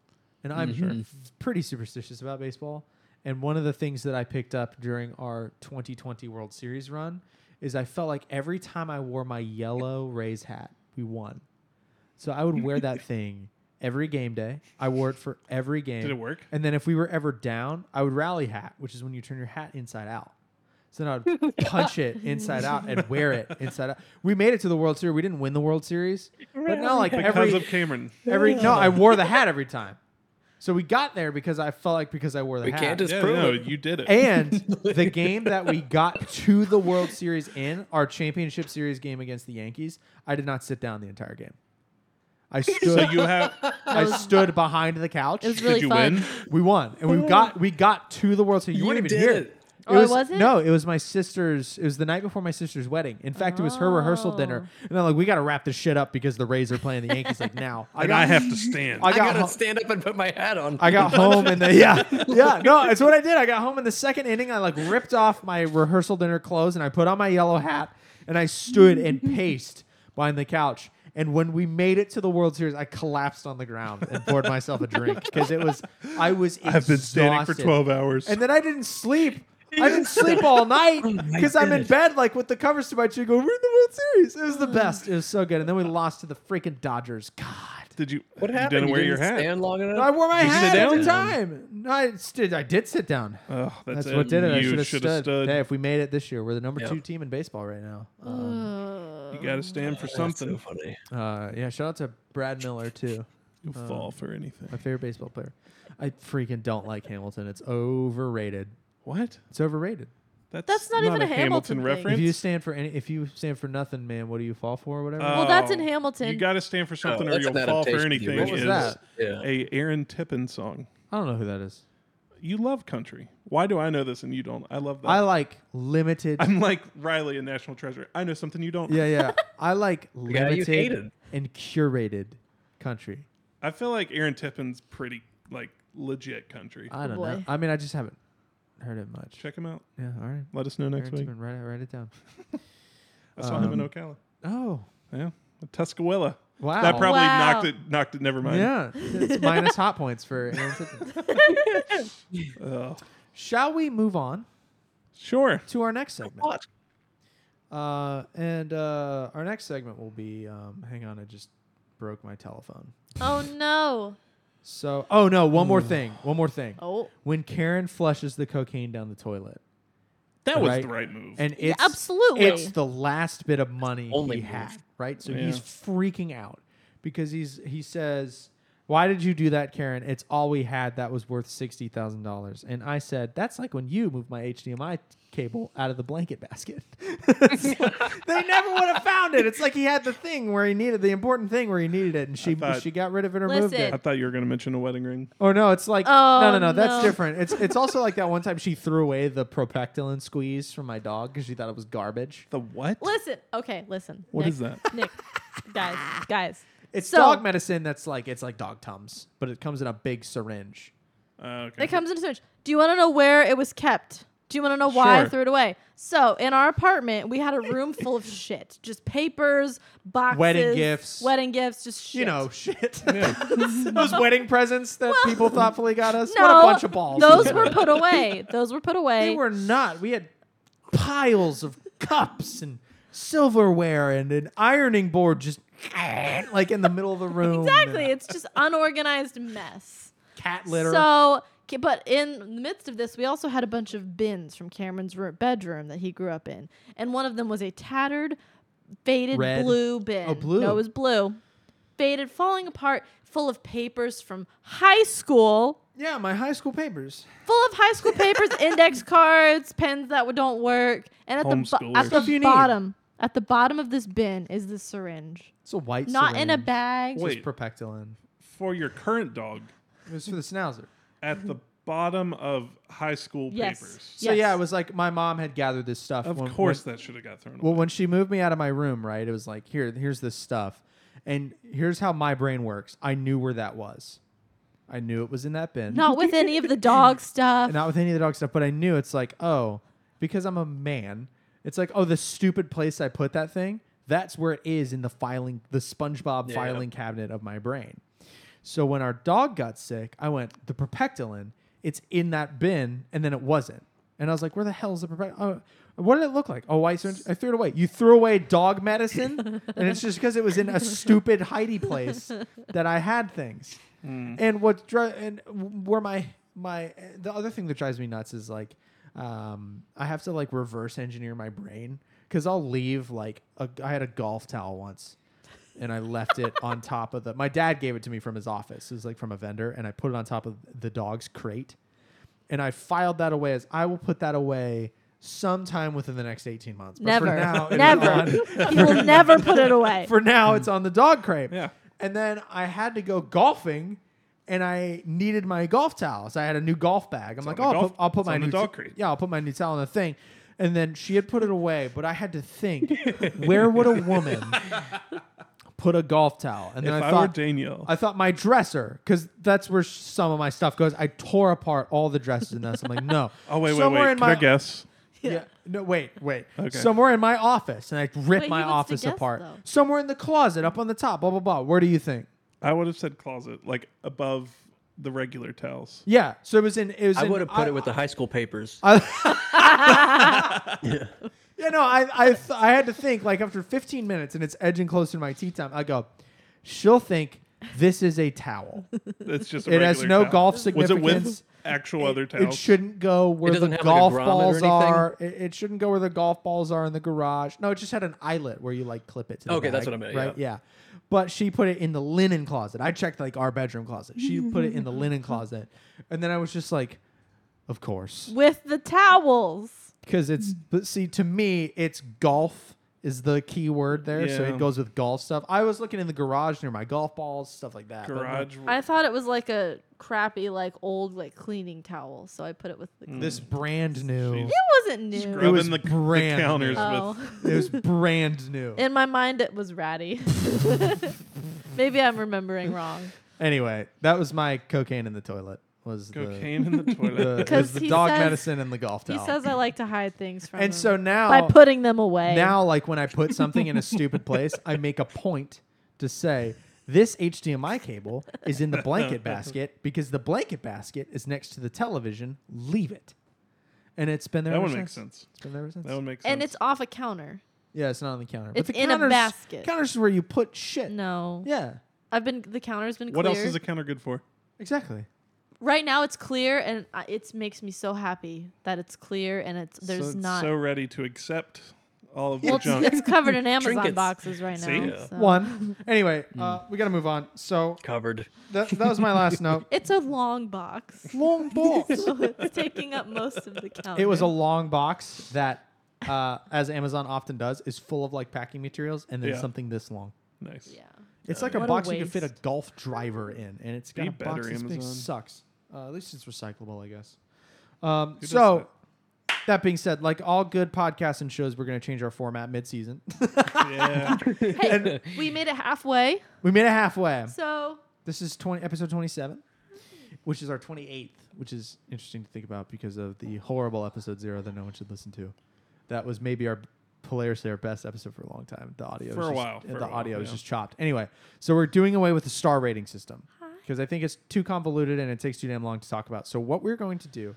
Speaker 2: And I'm
Speaker 4: Mm-hmm.
Speaker 2: pretty superstitious about baseball. And one of the things that I picked up during our 2020 World Series run is I felt like every time I wore my yellow Rays hat, we won. So I would
Speaker 4: (laughs)
Speaker 2: wear that thing every game day. I wore it for every game.
Speaker 4: Did it work?
Speaker 2: And then if we were ever down, I would rally hat, which is when you turn your hat inside out. So then
Speaker 4: (laughs)
Speaker 2: I would punch it inside out and wear it inside out. We made it to the World Series. We didn't win the World Series, but now like
Speaker 4: Because
Speaker 2: every
Speaker 4: of Cameron.
Speaker 2: every no, I wore the hat every time. So we got there because I felt like because I wore the
Speaker 3: We
Speaker 2: hat.
Speaker 3: can't just
Speaker 4: Yeah,
Speaker 3: prove
Speaker 4: no,
Speaker 3: it.
Speaker 4: you did it.
Speaker 2: and the game that we got to the World Series in our championship series game against the Yankees, I did not sit down the entire game.
Speaker 4: (laughs)
Speaker 2: I stood.
Speaker 4: so you
Speaker 2: (laughs)
Speaker 4: have.
Speaker 2: I stood behind the couch.
Speaker 1: it was really
Speaker 4: Did you
Speaker 1: fun.
Speaker 4: win?
Speaker 2: We won, and we got we got to the World Series. You,
Speaker 3: You
Speaker 2: weren't even
Speaker 3: did
Speaker 2: here.
Speaker 3: it.
Speaker 1: Oh, it
Speaker 2: was,
Speaker 1: wasn't?
Speaker 2: No, it was my sister's. It was the night before my sister's wedding. In fact, it was her rehearsal dinner,
Speaker 1: Oh.
Speaker 2: and I'm like, we got to wrap this shit up because the Rays are playing the Yankees like
Speaker 3: (laughs)
Speaker 2: now. I
Speaker 4: And
Speaker 2: got,
Speaker 4: I have to stand.
Speaker 2: I
Speaker 3: I
Speaker 2: got
Speaker 3: gotta
Speaker 2: ho-
Speaker 3: stand up and put my hat on.
Speaker 2: I got home and
Speaker 4: (laughs)
Speaker 2: the yeah yeah no it's what I did I got home in the second inning I like ripped off my rehearsal dinner clothes and I put on my yellow hat and I
Speaker 4: (laughs)
Speaker 2: stood and paced behind the couch and when we made it to the World Series I collapsed on the ground and poured myself a drink because it was I was
Speaker 4: (laughs) I've been standing for
Speaker 2: exhausted.
Speaker 4: 12 hours.
Speaker 2: And then I didn't sleep.
Speaker 4: (laughs)
Speaker 2: I didn't sleep all night
Speaker 4: Oh
Speaker 2: because I'm in bed like with the covers to my chin going, we're in the World Series. It was the best. It was so good. And then we lost to the freaking Dodgers. God.
Speaker 4: did you?
Speaker 3: What
Speaker 4: you
Speaker 3: happened?
Speaker 4: Didn't
Speaker 3: You
Speaker 4: wear your hat.
Speaker 3: Stand long enough.
Speaker 2: No, I wore my
Speaker 4: Did you sit
Speaker 2: hat every
Speaker 4: down?
Speaker 2: time. No, I did. I did sit down.
Speaker 4: Ugh,
Speaker 2: That's,
Speaker 4: Oh, that's
Speaker 2: what did it. I
Speaker 4: You
Speaker 2: should have
Speaker 4: should
Speaker 2: stood.
Speaker 4: have stood.
Speaker 2: Hey, if we made it this year, we're the number
Speaker 3: Yeah.
Speaker 2: two team in baseball right now. Um,
Speaker 1: Uh,
Speaker 4: You got to stand for
Speaker 3: That's so
Speaker 4: something.
Speaker 3: funny.
Speaker 2: Uh, yeah, shout out to Brad Miller too,
Speaker 4: You'll fall for anything.
Speaker 2: my favorite baseball player. I freaking don't like Hamilton. It's overrated.
Speaker 4: What?
Speaker 2: It's overrated.
Speaker 1: That's not even a Hamilton thing.
Speaker 2: If
Speaker 1: Prince?
Speaker 2: you stand for any, if you stand for nothing, man, what do you fall for? Whatever.
Speaker 1: well, that's in
Speaker 4: Oh,
Speaker 1: Hamilton.
Speaker 4: You got to stand for something
Speaker 3: Oh,
Speaker 4: or
Speaker 3: that's
Speaker 4: you'll
Speaker 3: an
Speaker 4: fall for
Speaker 3: adaptation of the
Speaker 4: anything.
Speaker 2: What was
Speaker 4: is
Speaker 3: original.
Speaker 2: that?
Speaker 3: Yeah.
Speaker 4: A Aaron Tippin song.
Speaker 2: I don't know who that is.
Speaker 4: You love country. Why do I know this and you don't? I love that.
Speaker 2: I like limited.
Speaker 4: I'm like Riley in National Treasure. I know something you don't.
Speaker 2: (laughs) yeah, yeah.
Speaker 4: (laughs)
Speaker 2: I like
Speaker 3: guy you
Speaker 2: limited
Speaker 3: hated.
Speaker 2: and curated country.
Speaker 4: I feel like Aaron Tippin's pretty like legit country.
Speaker 2: I don't know.
Speaker 1: boy.
Speaker 2: I mean, I just haven't heard it much.
Speaker 4: Check him out.
Speaker 2: Yeah. All right.
Speaker 4: Let us know next
Speaker 2: Aaron
Speaker 4: week.
Speaker 2: Tippin, write it. Write it down.
Speaker 4: I saw
Speaker 2: Um,
Speaker 4: him in Ocala.
Speaker 2: Oh.
Speaker 4: Yeah, Tuscaloosa.
Speaker 2: Wow.
Speaker 4: That probably
Speaker 1: Wow.
Speaker 4: knocked it. Knocked it. Never mind.
Speaker 2: Oh. Yeah.
Speaker 4: (laughs)
Speaker 2: It's minus hot points for Aaron Tippin.
Speaker 4: Ugh.
Speaker 2: Shall we move on
Speaker 4: Uh, sure.
Speaker 2: to our next segment? Uh, and uh, our next segment will be. Um, hang on, I just broke my telephone.
Speaker 1: oh no.
Speaker 2: So, oh no, one more thing. One more thing.
Speaker 1: Oh.
Speaker 2: When Karen flushes the cocaine down the toilet,
Speaker 4: That was
Speaker 2: Right.
Speaker 4: the right move.
Speaker 2: and
Speaker 1: Yeah,
Speaker 2: it's
Speaker 1: absolutely.
Speaker 2: it's the last bit of money
Speaker 3: only
Speaker 2: he
Speaker 3: move.
Speaker 2: had, right? So
Speaker 4: Yeah.
Speaker 2: he's freaking out because he's he says, "Why did you do that, Karen? It's all we had. That was worth sixty thousand dollars." And I said, "That's like when you moved my HDMI." Cable out of the blanket basket. (laughs) So they never would have found it. It's like he had the thing where he needed the important thing where he needed it, and she
Speaker 4: thought-
Speaker 2: she got rid of it or moved
Speaker 1: Listen.
Speaker 2: it.
Speaker 4: I thought you were going to mention a wedding ring.
Speaker 2: Or no, it's like no,
Speaker 1: Oh,
Speaker 2: no, no.
Speaker 1: no.
Speaker 2: That's different. It's it's also like that one time she threw away the propectolin squeeze from my dog because she thought it was garbage.
Speaker 4: The what?
Speaker 1: Listen. Okay. Listen.
Speaker 4: What
Speaker 1: What
Speaker 4: is
Speaker 1: is (laughs)
Speaker 4: that?
Speaker 1: Nick, guys, guys.
Speaker 2: It's
Speaker 1: So-
Speaker 2: dog medicine that's like it's like dog tums, but it comes in a big syringe.
Speaker 4: Uh, okay.
Speaker 1: It comes in a syringe. Do you want to know where it was kept? Do you want to know why I
Speaker 4: Sure.
Speaker 1: threw it away? So in our apartment, we had a room full of shit, just papers, boxes,
Speaker 2: gifts.
Speaker 1: wedding gifts, just shit.
Speaker 2: You
Speaker 1: (laughs)
Speaker 2: know, shit. (laughs) Those wedding presents that people thoughtfully got us.
Speaker 1: no,
Speaker 2: what a bunch of balls. (laughs)
Speaker 1: Those were put away. Those were put away.
Speaker 2: They were not. We had piles of cups and silverware and an ironing board just (laughs) like in the middle of the room.
Speaker 1: exactly. It's just unorganized mess.
Speaker 2: Cat litter.
Speaker 1: So, k- but in the midst of this, we also had a bunch of bins from Cameron's ro- bedroom that he grew up in, and one of them was a tattered, faded
Speaker 2: Red.
Speaker 1: blue bin.
Speaker 2: Oh, blue.
Speaker 1: No, it was blue, faded, falling apart, full of papers from high school.
Speaker 2: yeah, my high school papers.
Speaker 1: Full of high school
Speaker 2: (laughs)
Speaker 1: papers, index cards, pens that w- don't work, and at the bo-
Speaker 4: Homeschoolers.
Speaker 1: at
Speaker 2: Stuff you
Speaker 1: the
Speaker 2: need.
Speaker 1: bottom, at the bottom of this bin is the syringe,
Speaker 2: It's a white
Speaker 1: not in a
Speaker 2: syringe.
Speaker 1: bag.
Speaker 2: It was
Speaker 4: Wait.
Speaker 2: Propectolin.
Speaker 4: for your current dog
Speaker 2: It was for the schnauzer.
Speaker 4: at the bottom of high school
Speaker 1: Yes.
Speaker 4: papers.
Speaker 2: So
Speaker 1: Yes.
Speaker 2: yeah, it was like my mom had gathered this stuff.
Speaker 4: Of
Speaker 2: when- when-
Speaker 4: course, that should have got thrown away.
Speaker 2: Well, when she moved me out of my room, right, it was like, here, here's this stuff. And here's how my brain works. I knew where that was. I knew it was in that bin. (laughs)
Speaker 1: Not with any of the dog stuff.
Speaker 2: And not with any of the dog stuff, but I knew it's like, oh, because I'm a man, it's like, oh, the stupid place I put that thing, that's where it is in the filing, the SpongeBob
Speaker 3: Yeah.
Speaker 2: filing cabinet of my brain. So when our dog got sick, I went, the Propectolin, it's in that bin, and then it wasn't. And I was like, where the hell is the Propectolin? Oh, what did it look like? Oh, I, I threw it away. You threw away dog medicine, and it's just because it was in a stupid hidey place that I had things.
Speaker 1: Mm-hmm.
Speaker 2: And what dri- and where my my the other thing that drives me nuts is like um, I have to like reverse engineer my brain because I'll leave like a, I had a golf towel once and I left it
Speaker 1: (laughs)
Speaker 2: on top of the. My dad gave it to me from his office. It was like from a vendor, and I put it on top of the dog's crate, and I filed that away as I will put that away sometime within the next eighteen months. But
Speaker 1: Never,
Speaker 2: for now, it is
Speaker 1: never. (laughs)
Speaker 2: (laughs) on-
Speaker 1: He will never put it away.
Speaker 2: (laughs) for now, it's on the dog crate.
Speaker 4: Mm. Yeah.
Speaker 2: And then I had to go golfing, and I needed my golf towels. I had a new golf bag. I'm like,
Speaker 4: on
Speaker 2: oh,
Speaker 4: the
Speaker 2: I'll
Speaker 4: golf-
Speaker 2: put, I'll put
Speaker 4: it's
Speaker 2: my
Speaker 4: on the
Speaker 2: new
Speaker 4: dog crate.
Speaker 2: Yeah, I'll put my new towel on the thing. And then she had put it away, but I had
Speaker 4: (laughs)
Speaker 2: to think, where would a woman put a golf towel? And
Speaker 4: if
Speaker 2: then
Speaker 4: I,
Speaker 2: I thought,
Speaker 4: were Danielle,
Speaker 2: I thought my dresser, because that's where some of my stuff goes. I tore apart all the dresses in this. I'm like, no.
Speaker 4: oh wait, wait,
Speaker 2: Somewhere
Speaker 4: wait.
Speaker 2: in
Speaker 4: Can I
Speaker 2: my-
Speaker 4: guess?
Speaker 2: yeah. No, wait, wait.
Speaker 4: Okay.
Speaker 2: Somewhere in my office, and I rip
Speaker 1: Wait,
Speaker 2: my
Speaker 1: he wants to
Speaker 2: office
Speaker 1: guess,
Speaker 2: apart.
Speaker 1: though.
Speaker 2: Somewhere in the closet, up on the top, blah blah blah. Where do you think?
Speaker 4: I would have said closet, like above the regular towels.
Speaker 2: Yeah. So it was in. It was.
Speaker 3: I
Speaker 2: in-
Speaker 3: would have put it with the high school papers.
Speaker 2: Yeah, no. I I th- I had to think like after 15 minutes, and it's edging closer to my tea time. I go, she'll think this is a towel.
Speaker 4: It's just a
Speaker 2: It has
Speaker 4: regular
Speaker 2: no
Speaker 4: towel.
Speaker 2: golf
Speaker 4: Was it with
Speaker 2: significance.
Speaker 4: actual other
Speaker 2: It, it
Speaker 4: towels?
Speaker 2: shouldn't go where the
Speaker 3: doesn't have, like, a
Speaker 2: golf
Speaker 3: grommet or
Speaker 2: balls
Speaker 3: anything?
Speaker 2: are. It, it shouldn't go where the golf balls are in the garage. No, it just had an eyelet where you like clip it to the
Speaker 3: Okay, that's
Speaker 2: bag,
Speaker 3: what I meant,
Speaker 2: Right? Yeah. But she put it in the linen closet. I checked like our bedroom closet. She put it in the linen closet. And then I was just like, of course.
Speaker 1: with the towels.
Speaker 2: Because it's, but see, to me, it's golf is the key word there. So
Speaker 4: Yeah.
Speaker 2: it goes with golf stuff. I was looking in the garage near my golf balls, stuff like that. but no.
Speaker 4: garage.
Speaker 1: I thought it was like a crappy, like old, like cleaning towel, so I put it with the.
Speaker 2: Mm. This brand new.
Speaker 4: Jeez.
Speaker 1: It wasn't new.
Speaker 4: Scrub- Rubbing
Speaker 2: was
Speaker 4: the- the
Speaker 2: brand new.
Speaker 4: counters
Speaker 1: Oh,
Speaker 2: It was brand new.
Speaker 1: in my mind it was ratty. (laughs) Maybe I'm remembering wrong.
Speaker 2: Anyway, that was my cocaine in the toilet. Was
Speaker 4: Cocaine in the
Speaker 2: (laughs) the, the
Speaker 4: toilet.
Speaker 1: Because
Speaker 2: was the
Speaker 1: he
Speaker 2: dog
Speaker 1: says-
Speaker 2: medicine and the golf
Speaker 1: He
Speaker 2: towel?
Speaker 1: says I like to hide things from.
Speaker 2: and
Speaker 1: him
Speaker 2: so now,
Speaker 1: by putting them away.
Speaker 2: now, like when I put something in a stupid place, I make a point to say this HDMI cable is in
Speaker 4: (laughs)
Speaker 2: the blanket basket because the blanket basket is next to the television. Leave it, and it's been there.
Speaker 4: that
Speaker 2: ever
Speaker 4: one makes
Speaker 2: since.
Speaker 4: sense.
Speaker 2: It's been there ever since.
Speaker 4: That would make sense.
Speaker 1: and it's off a counter.
Speaker 2: yeah, it's not on the counter.
Speaker 1: It's
Speaker 2: but the
Speaker 1: in a
Speaker 2: counters,
Speaker 1: basket.
Speaker 2: Counters is where you put shit.
Speaker 1: No,
Speaker 2: Yeah,
Speaker 1: I've been the counter's been
Speaker 4: what
Speaker 1: clear.
Speaker 4: else is a counter good for?
Speaker 2: exactly.
Speaker 1: right now it's clear, and I- it makes me so happy that it's clear and it's
Speaker 4: so
Speaker 1: there's
Speaker 4: it's
Speaker 1: not.
Speaker 4: so ready to accept all of
Speaker 1: well,
Speaker 4: the
Speaker 1: it's,
Speaker 4: junk.
Speaker 1: it's covered in Amazon
Speaker 3: Trinkets.
Speaker 1: boxes right now.
Speaker 4: See?
Speaker 3: Yeah.
Speaker 1: so- (laughs)
Speaker 2: One. Anyway,
Speaker 4: Hmm.
Speaker 2: uh, we got to move on. So
Speaker 3: Covered.
Speaker 2: that, that was my last note.
Speaker 1: It's a long box. (laughs)
Speaker 2: (laughs) long box.
Speaker 1: so it's taking up most of the counter.
Speaker 2: (laughs) it was a long box that, uh, as Amazon often does, is full of like packing materials and then
Speaker 4: Yeah.
Speaker 2: something this long.
Speaker 4: (laughs) nice.
Speaker 1: yeah.
Speaker 2: It's like a
Speaker 1: What a
Speaker 2: box you could fit a
Speaker 1: waste.
Speaker 2: golf driver in, and it's got
Speaker 4: Be
Speaker 2: a box
Speaker 4: better,
Speaker 2: this big.
Speaker 4: Amazon.
Speaker 2: Sucks. Uh, at least it's recyclable, I guess. Um,
Speaker 4: does
Speaker 2: so. That being said, like all good podcasts and shows, we're going to change our format mid-season. (laughs)
Speaker 1: (laughs)
Speaker 4: Yeah.
Speaker 1: Hey, we made it halfway.
Speaker 2: we made it halfway.
Speaker 1: So
Speaker 2: This is twenty episode twenty-seven. which is our 28th, which is interesting to think about because of the horrible episode zero that no one should listen to. That was maybe our Polaris their best episode for a long time. The audio
Speaker 4: For
Speaker 2: was
Speaker 4: a
Speaker 2: just-
Speaker 4: while, for
Speaker 2: the
Speaker 4: a while,
Speaker 2: audio is
Speaker 4: yeah.
Speaker 2: just chopped. Anyway, so we're doing away with the star rating system because I think it's too convoluted and it takes too damn long to talk about. So what we're going to do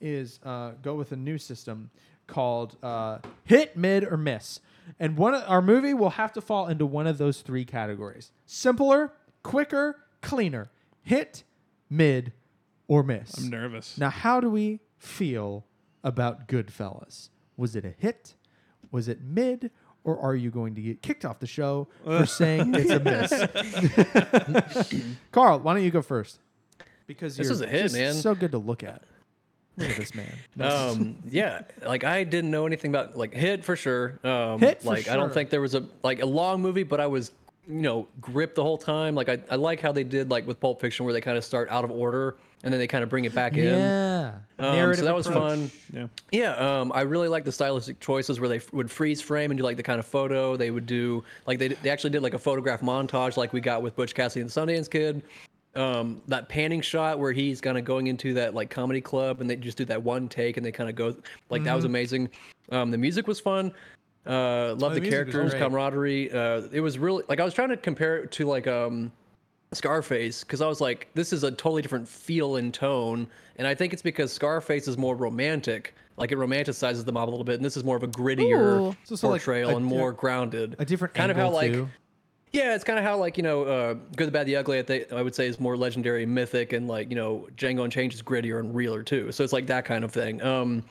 Speaker 2: is uh, go with a new system called uh, hit, mid, or miss, and one of, our movie will have to fall into one of those three categories: simpler, quicker, cleaner. Hit, mid, or miss.
Speaker 4: I'm nervous.
Speaker 2: Now, how do we feel about Goodfellas? Was it a hit? Was it mid? Or are you going to get kicked off the show for saying it's a miss? Carl, why don't you go first? Because
Speaker 3: This
Speaker 2: you're
Speaker 3: was a hit,
Speaker 2: just
Speaker 3: man.
Speaker 2: so good to look at. Look at this
Speaker 3: (laughs)
Speaker 2: man.
Speaker 3: um yeah like i didn't know anything about like hit for sure um
Speaker 2: Hit for
Speaker 3: like i don't
Speaker 2: sure.
Speaker 3: think there was a like a long movie but i was you know gripped the whole time like i, I like how they did like with pulp fiction where they kind of start out of order and then they kind of bring it back in
Speaker 2: Yeah.
Speaker 3: um, so that was fun
Speaker 4: yeah.
Speaker 3: yeah, um, I really like the stylistic choices where they f- would freeze frame and do like the kind of photo they would do. Like they, they actually did like a photograph montage, like we got with Butch Cassidy and the Sundance Kid. Um, that panning shot where he's kind of going into that like comedy club and they just do that one take and they kind of go like that was
Speaker 2: Mm-hmm.
Speaker 3: amazing. Um, the music was fun. Uh, love
Speaker 2: Oh, the
Speaker 3: the,
Speaker 2: music was
Speaker 3: characters,
Speaker 2: great.
Speaker 3: camaraderie. Uh, it was really like I was trying to compare it to like um, Scarface because I was like, this is a totally different feel and tone. And I think it's because Scarface is more romantic. Like it romanticizes the mob a little bit, and this is more of a grittier
Speaker 1: Ooh.
Speaker 2: So- so, like,
Speaker 3: portrayal
Speaker 2: a
Speaker 3: and
Speaker 2: di-
Speaker 3: more grounded.
Speaker 2: A different
Speaker 3: kind
Speaker 2: angle
Speaker 3: of how like
Speaker 2: too.
Speaker 3: yeah, it's kind of how like you know, uh, Good, the Bad, the Ugly. I, think, I would say is more legendary, and mythic, and like you know, Django Unchained is grittier and realer too. So it's like that kind of thing. Um,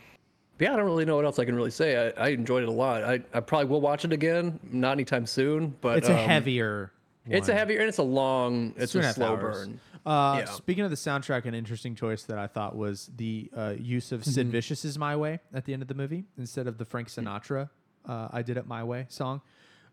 Speaker 3: but yeah, I don't really know what else I can really say. I, I enjoyed it a lot. I, I probably will watch it again, not anytime soon. But
Speaker 2: It's a
Speaker 3: um,
Speaker 2: heavier.
Speaker 3: It's a
Speaker 2: one.
Speaker 3: heavier and it's a long. It's
Speaker 2: Two and
Speaker 3: a
Speaker 2: half
Speaker 3: slow
Speaker 2: hours.
Speaker 3: burn.
Speaker 2: Uh,
Speaker 3: Yeah.
Speaker 2: Speaking of the soundtrack, an interesting choice that I thought was the uh, use of
Speaker 3: Mm-hmm.
Speaker 2: Sid Vicious's "My Way" at the end of the movie instead of the Frank
Speaker 3: Mm.
Speaker 2: Sinatra uh, "I Did It My Way" song,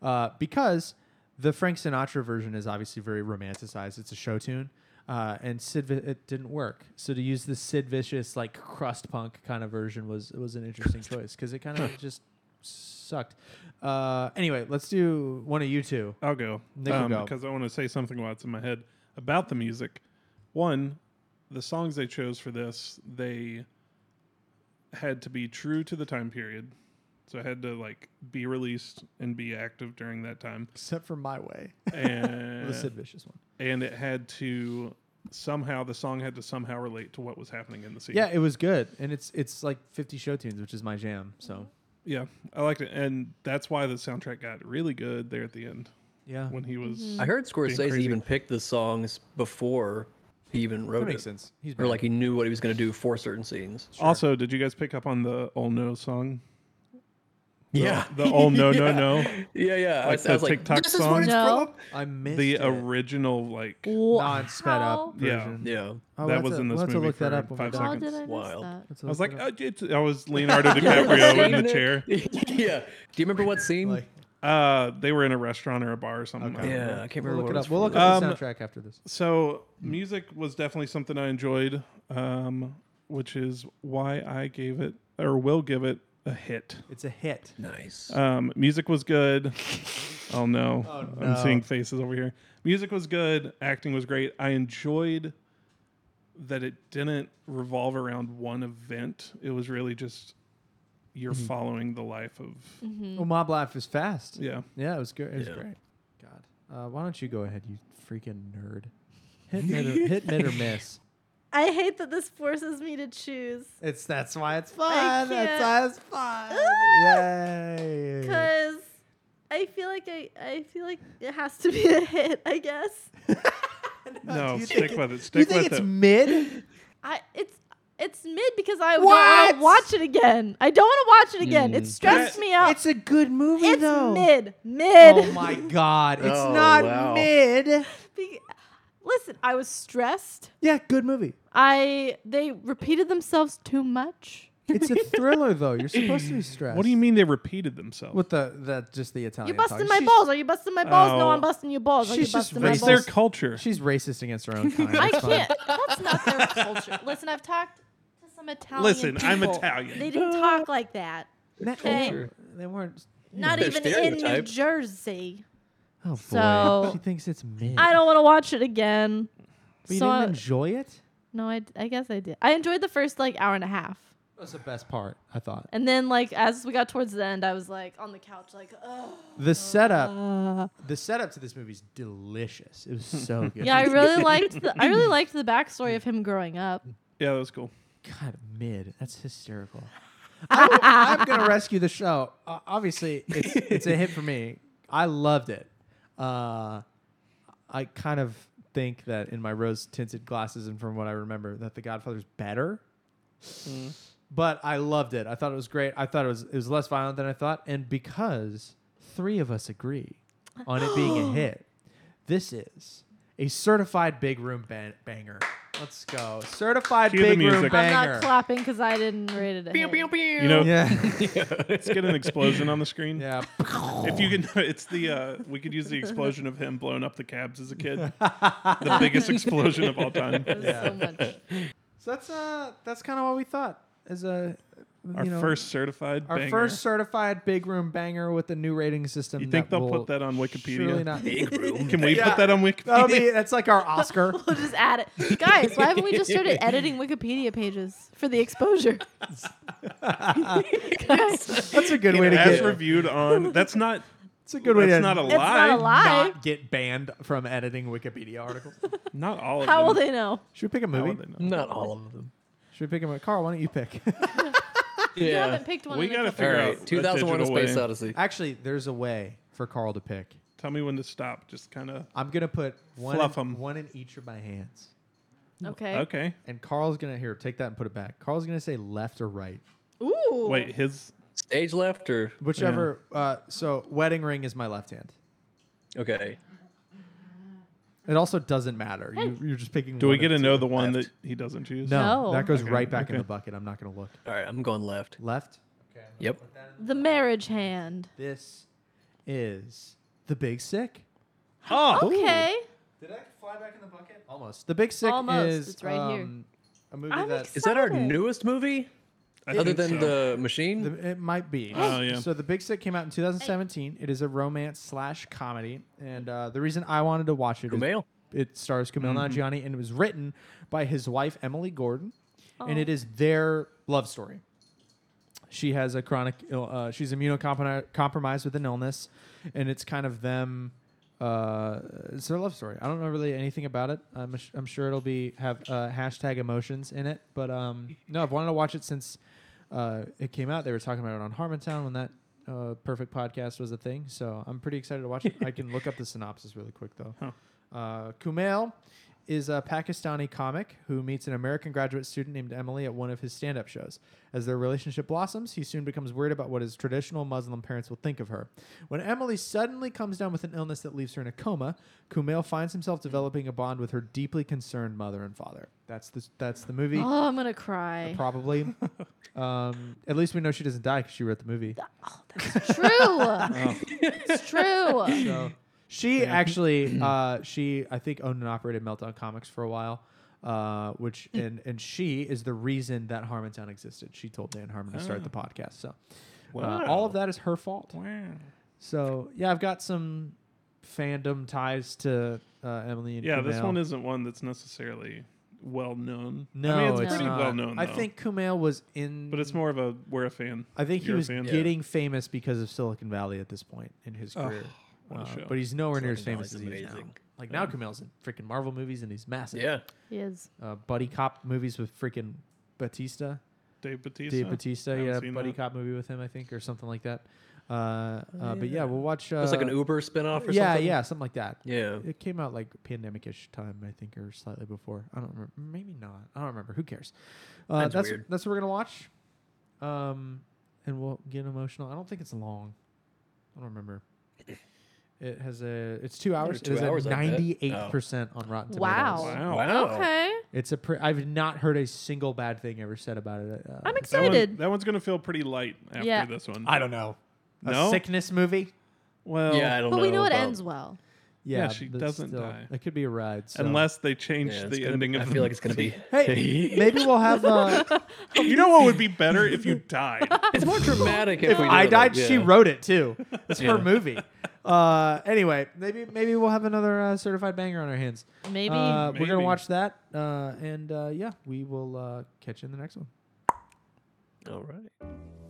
Speaker 2: uh, because the Frank Sinatra version is obviously very romanticized. It's a show tune, uh, and Sid Vi- it didn't work. So to use the Sid Vicious like crust punk kind of version was was an
Speaker 3: (laughs)
Speaker 2: interesting choice because it kind of just sucked. Uh, anyway, let's do one of you two.
Speaker 4: I'll go.
Speaker 2: Nick will go.
Speaker 4: Um, Because I want to say something while it's in my head about the music. One, the songs they chose for this, they had to be true to the time period. So it had to like be released and be active during that
Speaker 2: (laughs)
Speaker 4: time.
Speaker 2: Except for "My Way,"
Speaker 4: And
Speaker 2: the Sid Vicious one.
Speaker 4: and it had to somehow the song had to somehow relate to what was happening in the scene.
Speaker 2: Yeah, it was good, and it's it's like fifty show tunes, which is my jam. So
Speaker 4: yeah, I liked it, and that's why the soundtrack got really good there at the end
Speaker 2: yeah,
Speaker 4: when he was.
Speaker 3: I heard Scorsese
Speaker 4: crazy.
Speaker 3: even picked the songs before he even wrote
Speaker 2: that makes
Speaker 3: it,
Speaker 2: sense. He's
Speaker 3: or
Speaker 2: bad.
Speaker 3: like he knew what he was going to do for certain scenes.
Speaker 4: Also, did you guys pick up on the "Oh No" song?
Speaker 3: Yeah,
Speaker 4: (laughs) The "Oh No No
Speaker 3: Yeah. (laughs)
Speaker 4: No"
Speaker 3: yeah, yeah. I
Speaker 4: Like
Speaker 3: was, I
Speaker 4: the
Speaker 3: was like,
Speaker 4: TikTok
Speaker 3: this is what it's
Speaker 1: song?
Speaker 3: from.
Speaker 2: I missed
Speaker 4: the
Speaker 2: it.
Speaker 4: original like
Speaker 2: non sped up
Speaker 4: Yeah.
Speaker 2: version.
Speaker 3: Yeah,
Speaker 2: Oh, we'll
Speaker 4: that
Speaker 2: have
Speaker 4: was
Speaker 2: to-
Speaker 4: in this
Speaker 2: we'll have to
Speaker 4: movie
Speaker 2: look that
Speaker 4: for
Speaker 2: up when we're
Speaker 4: five
Speaker 2: done.
Speaker 1: How
Speaker 4: seconds.
Speaker 1: did I miss
Speaker 3: Wild.
Speaker 1: that?
Speaker 2: Let's
Speaker 4: I was
Speaker 2: look
Speaker 4: like,
Speaker 2: it
Speaker 4: oh,
Speaker 2: up.
Speaker 4: it's, I
Speaker 3: (laughs)
Speaker 4: was Leonardo DiCaprio in the
Speaker 3: Seen it.
Speaker 4: chair.
Speaker 3: (laughs) yeah. Do you remember what
Speaker 4: um,
Speaker 3: scene?
Speaker 2: Like,
Speaker 4: Uh, they were in a restaurant or a bar or something. I don't know.
Speaker 3: yeah, I can't
Speaker 2: we'll look it
Speaker 3: remember. what
Speaker 2: up.
Speaker 3: it was
Speaker 2: We'll look
Speaker 3: from.
Speaker 2: up
Speaker 4: Um,
Speaker 2: the soundtrack after
Speaker 4: (laughs)
Speaker 2: this.
Speaker 4: So music was definitely something I enjoyed, um, which is why I gave it or will give it a hit.
Speaker 2: It's a hit.
Speaker 3: Nice.
Speaker 4: Um, music was good. Oh no.
Speaker 2: no.
Speaker 4: I'm seeing faces over here. Music was good. Acting was great. I enjoyed that it didn't revolve around one event. It was really just you're following the life of
Speaker 2: Well, Oh, Mob Life is fast. (laughs)
Speaker 4: yeah.
Speaker 2: Yeah, it was good. It was
Speaker 3: Yeah.
Speaker 2: great. God, uh, why don't you go ahead, you freaking
Speaker 4: (laughs)
Speaker 2: nerd? Hit mid, or, hit mid or miss.
Speaker 1: I hate that this forces me to choose
Speaker 2: It's that's why it's fun. That's
Speaker 1: can't.
Speaker 2: why it's fun.
Speaker 1: Ah!
Speaker 2: Yay!
Speaker 1: because I feel like I, I feel like it has to be a hit. I guess
Speaker 4: No,
Speaker 2: Do you
Speaker 4: stick
Speaker 2: think-
Speaker 4: with it.
Speaker 2: Do you
Speaker 4: Stick
Speaker 2: think
Speaker 4: with
Speaker 2: it's
Speaker 4: it.
Speaker 2: mid?
Speaker 1: I it's it's mid because I don't want
Speaker 2: What?
Speaker 1: to watch it again. I don't want to watch it again. It stressed
Speaker 4: That-
Speaker 1: me out.
Speaker 2: It's a good movie
Speaker 1: It's
Speaker 2: though.
Speaker 1: mid, mid.
Speaker 2: Oh my god, it's
Speaker 3: Oh,
Speaker 2: not
Speaker 3: wow.
Speaker 2: mid.
Speaker 1: Be- Listen, I was stressed.
Speaker 2: Yeah, good movie.
Speaker 1: I they repeated themselves too much.
Speaker 2: It's (laughs) a thriller though. You're supposed to be stressed.
Speaker 4: What do you mean they repeated themselves?
Speaker 2: With the that just the Italian.
Speaker 1: You're busting
Speaker 2: talk.
Speaker 1: my
Speaker 2: She's-
Speaker 1: balls. Are you busting my balls? No,
Speaker 4: Oh.
Speaker 1: I'm busting your balls. Are you
Speaker 2: She's just
Speaker 1: busting my
Speaker 4: That's
Speaker 2: racist.
Speaker 4: their
Speaker 1: balls?
Speaker 4: culture.
Speaker 2: She's racist against her own kind.
Speaker 1: (laughs) I
Speaker 2: It's fine.
Speaker 1: can't. That's not their culture. Listen, I've talked to some Italian.
Speaker 4: Listen, I'm
Speaker 1: people.
Speaker 4: Italian.
Speaker 1: They didn't talk like that.
Speaker 2: Not-
Speaker 1: Okay.
Speaker 2: they- They weren't.
Speaker 1: Not
Speaker 3: They're
Speaker 1: even in New
Speaker 3: stereotyped.
Speaker 1: Jersey.
Speaker 2: Oh boy,
Speaker 1: So-
Speaker 2: she thinks it's mid.
Speaker 1: I don't want to watch it again.
Speaker 2: But you
Speaker 1: so
Speaker 2: didn't
Speaker 1: I-
Speaker 2: enjoy it.
Speaker 1: No, I, d- I guess I did. I enjoyed the first like hour and a half.
Speaker 2: That's the best part, I thought.
Speaker 1: And then like as we got towards the end, I was like on the couch like,
Speaker 2: Uh,
Speaker 1: oh.
Speaker 2: The setup, the setup to this movie is delicious. It was (laughs) so good.
Speaker 1: Yeah, I really liked the I really liked the backstory of him growing up.
Speaker 4: Yeah, that was cool.
Speaker 2: God, mid. That's hysterical.
Speaker 1: (laughs)
Speaker 2: I, am gonna rescue the show. Uh, obviously, it's, it's a hit for me. I loved it. Uh, I kind of think that in my rose-tinted glasses and from what I remember, that The Godfather's better.
Speaker 1: Mm.
Speaker 2: But I loved it. I thought it was great. I thought it was it was less violent than I thought, and because three of us agree on it being
Speaker 1: (gasps)
Speaker 2: a hit, this is a certified big room ban- banger. Let's go, certified
Speaker 4: Cue the
Speaker 2: big room
Speaker 4: music.
Speaker 1: I'm
Speaker 2: banger.
Speaker 1: not clapping because I didn't rate it. A
Speaker 3: Pew,
Speaker 1: hit.
Speaker 3: pew, pew.
Speaker 4: You know, (laughs)
Speaker 2: Yeah.
Speaker 4: let's get an explosion on the screen.
Speaker 2: Yeah.
Speaker 4: If you can, (laughs) it's the uh, we could use the explosion of him blowing up the cabs as a
Speaker 2: (laughs)
Speaker 4: kid. the biggest explosion of all time.
Speaker 1: It was so much.
Speaker 2: so that's uh that's kind of what we thought as a
Speaker 4: Our
Speaker 2: you know,
Speaker 4: first certified.
Speaker 2: our
Speaker 4: banger.
Speaker 2: first certified big room banger with the new rating system.
Speaker 4: You think
Speaker 2: that
Speaker 4: they'll
Speaker 2: will (laughs)
Speaker 4: put that on
Speaker 2: Surely
Speaker 4: Wikipedia?
Speaker 2: not.
Speaker 3: (laughs) Big room.
Speaker 4: Can we
Speaker 2: Yeah.
Speaker 4: put that on
Speaker 2: That'll
Speaker 4: Wikipedia? (laughs)
Speaker 2: be Oh, that's like our Oscar. (laughs)
Speaker 1: We'll just add it, guys. Why haven't we just started editing Wikipedia pages for the exposure? guys,
Speaker 2: That's a good way to
Speaker 4: As
Speaker 2: get.
Speaker 4: reviewed on. That's not.
Speaker 2: That's a good way
Speaker 4: that's
Speaker 2: to
Speaker 4: not a
Speaker 1: it's not a
Speaker 4: lie.
Speaker 1: lie.
Speaker 2: not get banned from editing Wikipedia
Speaker 4: (laughs)
Speaker 2: articles.
Speaker 4: Not all of
Speaker 1: How will
Speaker 4: them.
Speaker 1: they know?
Speaker 2: Should we pick a
Speaker 4: How will
Speaker 2: movie?
Speaker 4: they know?
Speaker 3: (laughs) Not all of them.
Speaker 2: Should we pick a movie? Carl, why don't you pick? (laughs)
Speaker 1: You
Speaker 3: Yeah.
Speaker 1: haven't picked one.
Speaker 4: We
Speaker 1: in a
Speaker 4: gotta
Speaker 1: couple-
Speaker 3: All
Speaker 4: figure out
Speaker 3: right.
Speaker 4: a
Speaker 3: 2001: A
Speaker 4: digital
Speaker 3: Space
Speaker 4: way.
Speaker 3: Odyssey.
Speaker 2: Actually, there's a way for Carl to pick.
Speaker 4: Tell me when to stop. Just kind of.
Speaker 2: I'm gonna put one
Speaker 4: Fluff
Speaker 2: in,
Speaker 4: 'em.
Speaker 2: one in each of my hands.
Speaker 1: Okay.
Speaker 4: Okay.
Speaker 2: And Carl's gonna here take that and put it back. Carl's gonna say left or right.
Speaker 1: Ooh.
Speaker 4: Wait, his.
Speaker 3: Stage left or
Speaker 2: Whichever. Uh, so wedding ring is my left hand.
Speaker 3: okay.
Speaker 2: It also doesn't matter. You, you're just picking.
Speaker 4: Do we
Speaker 2: one
Speaker 4: get
Speaker 2: of
Speaker 4: to
Speaker 2: two.
Speaker 4: know the one
Speaker 3: left.
Speaker 4: that he doesn't choose?
Speaker 2: No,
Speaker 1: No.
Speaker 2: that goes
Speaker 4: Okay,
Speaker 2: right back in
Speaker 4: okay.
Speaker 2: the bucket. I'm not going to look.
Speaker 3: All right, I'm going left.
Speaker 2: Left.
Speaker 3: Yep.
Speaker 1: The marriage hand.
Speaker 2: This is the big sick.
Speaker 4: Oh.
Speaker 1: Okay.
Speaker 2: Did I fly back in the bucket? Almost. The big sick
Speaker 1: Almost.
Speaker 2: is
Speaker 1: It's right here.
Speaker 2: um, a movie
Speaker 1: I'm
Speaker 2: that
Speaker 1: ex-
Speaker 3: Is that our
Speaker 1: Got it.
Speaker 3: newest movie?
Speaker 4: I
Speaker 3: Other
Speaker 4: think
Speaker 3: than
Speaker 4: so.
Speaker 3: the machine?
Speaker 2: the, it might be.
Speaker 4: Oh, yeah.
Speaker 2: So the big sick came out in 2017. It is a romance slash comedy, and uh, the reason I wanted to watch it is
Speaker 3: Kumail.
Speaker 2: It stars Kumail Nanjiani and it was written by his wife Emily Gordon, and it is their love story. She has a chronic, Ill, uh, she's immunocompromised with an illness, and it's kind of them. Uh, it's their love story. I don't know really anything about it. I'm, ass- I'm sure it'll be have uh, hashtag emotions in it, but um, no, I've wanted to watch it since uh, it came out. They were talking about it on Harmontown when that uh, perfect podcast was a thing. So I'm pretty excited to watch it. I can look up the synopsis really quick though. Uh, Kumail is a Pakistani comic who meets an American graduate student named Emily at one of his stand up shows. As their relationship blossoms, he soon becomes worried about what his traditional Muslim parents will think of her. When Emily suddenly comes down with an illness that leaves her in a coma, Kumail finds himself developing a bond with her deeply concerned mother and father. That's the, that's the movie.
Speaker 1: Oh, I'm gonna cry.
Speaker 2: Probably. um, at least we know she doesn't die because she wrote the movie.
Speaker 1: True. It's true.
Speaker 2: So she actually, uh, she I think owned and operated Meltdown Comics for a while, uh, which and and she is the reason that Harmontown existed. She told Dan Harmon to start the podcast. So uh, all of that is her fault.
Speaker 4: Wow.
Speaker 2: So yeah, I've got some fandom ties to uh, Emily and
Speaker 4: Yeah, this
Speaker 2: Kumail.
Speaker 4: one isn't one that's necessarily well known.
Speaker 2: no,
Speaker 4: I mean, it's,
Speaker 2: it's
Speaker 4: pretty
Speaker 2: not.
Speaker 4: well known.
Speaker 2: I
Speaker 4: though.
Speaker 2: think Kumail was in,
Speaker 4: but it's more of a we're a fan.
Speaker 2: I think he
Speaker 4: You're a
Speaker 2: was
Speaker 4: fan.
Speaker 2: getting famous because of Silicon Valley at this point in his
Speaker 4: Oh,
Speaker 2: career.
Speaker 4: what a
Speaker 2: Uh,
Speaker 4: show.
Speaker 2: but he's nowhere near as
Speaker 3: Silicon
Speaker 2: famous as he
Speaker 3: Valley's
Speaker 2: is now.
Speaker 3: amazing.
Speaker 2: Like now, Kumail's in freaking Marvel movies and he's massive.
Speaker 3: Yeah.
Speaker 1: He is.
Speaker 2: uh, buddy cop movies with freaking Batista,
Speaker 4: Dave Batista.
Speaker 2: Dave Batista,
Speaker 4: haven't
Speaker 2: yeah,
Speaker 4: seen
Speaker 2: buddy
Speaker 4: that.
Speaker 2: cop movie with him, I think, or something like that. Uh, uh, But yeah, we'll watch. Uh,
Speaker 3: It's like an Uber spinoff or
Speaker 2: yeah,
Speaker 3: something.
Speaker 2: yeah, something like that.
Speaker 3: Yeah.
Speaker 2: It came out like pandemic-ish time, I think, or slightly before. I don't remember. Maybe not. I don't remember. Who cares? Uh,
Speaker 3: Mine's
Speaker 2: that's
Speaker 3: weird.
Speaker 2: that's what we're gonna watch, um, and we'll get emotional. I don't think it's long. I don't remember. It has a. It's two hours.
Speaker 3: two
Speaker 2: it
Speaker 3: hours,
Speaker 2: has a
Speaker 3: I bet. Oh.
Speaker 2: ninety-eight percent on Rotten Tomatoes.
Speaker 1: Oh. Wow.
Speaker 4: Wow.
Speaker 3: Wow.
Speaker 1: Okay.
Speaker 2: It's a. Pre- I've not heard a single bad thing ever said about it. Uh,
Speaker 1: I'm
Speaker 4: That, one-
Speaker 1: excited.
Speaker 4: that one's going to feel pretty light after
Speaker 1: Yeah.
Speaker 4: this one.
Speaker 2: I don't know. A
Speaker 4: No?
Speaker 2: sickness movie.
Speaker 4: well,
Speaker 3: Yeah, I don't
Speaker 1: But
Speaker 3: know.
Speaker 1: we know it
Speaker 3: about-
Speaker 1: ends well.
Speaker 4: Yeah, she
Speaker 2: but
Speaker 4: doesn't die.
Speaker 2: It could be a ride. so-
Speaker 4: unless they change
Speaker 3: Yeah, it's
Speaker 4: the
Speaker 3: gonna
Speaker 4: ending
Speaker 3: be,
Speaker 4: of
Speaker 3: I
Speaker 4: the
Speaker 3: feel like it's going to be.
Speaker 2: hey, maybe we'll have. Uh,
Speaker 4: (laughs) You know what would be better
Speaker 3: (laughs)
Speaker 4: if you died?
Speaker 3: (laughs)
Speaker 1: (laughs)
Speaker 3: It's more dramatic if we.
Speaker 2: I
Speaker 3: do it like-
Speaker 2: died. She
Speaker 3: yeah. (laughs)
Speaker 2: wrote it too. It's her movie. Uh, anyway, maybe maybe we'll have another uh, certified banger on our hands.
Speaker 1: Maybe.
Speaker 2: Uh, we're gonna
Speaker 4: Maybe.
Speaker 2: watch that, uh, and uh, yeah, we will uh, catch you in the next one.
Speaker 3: All right.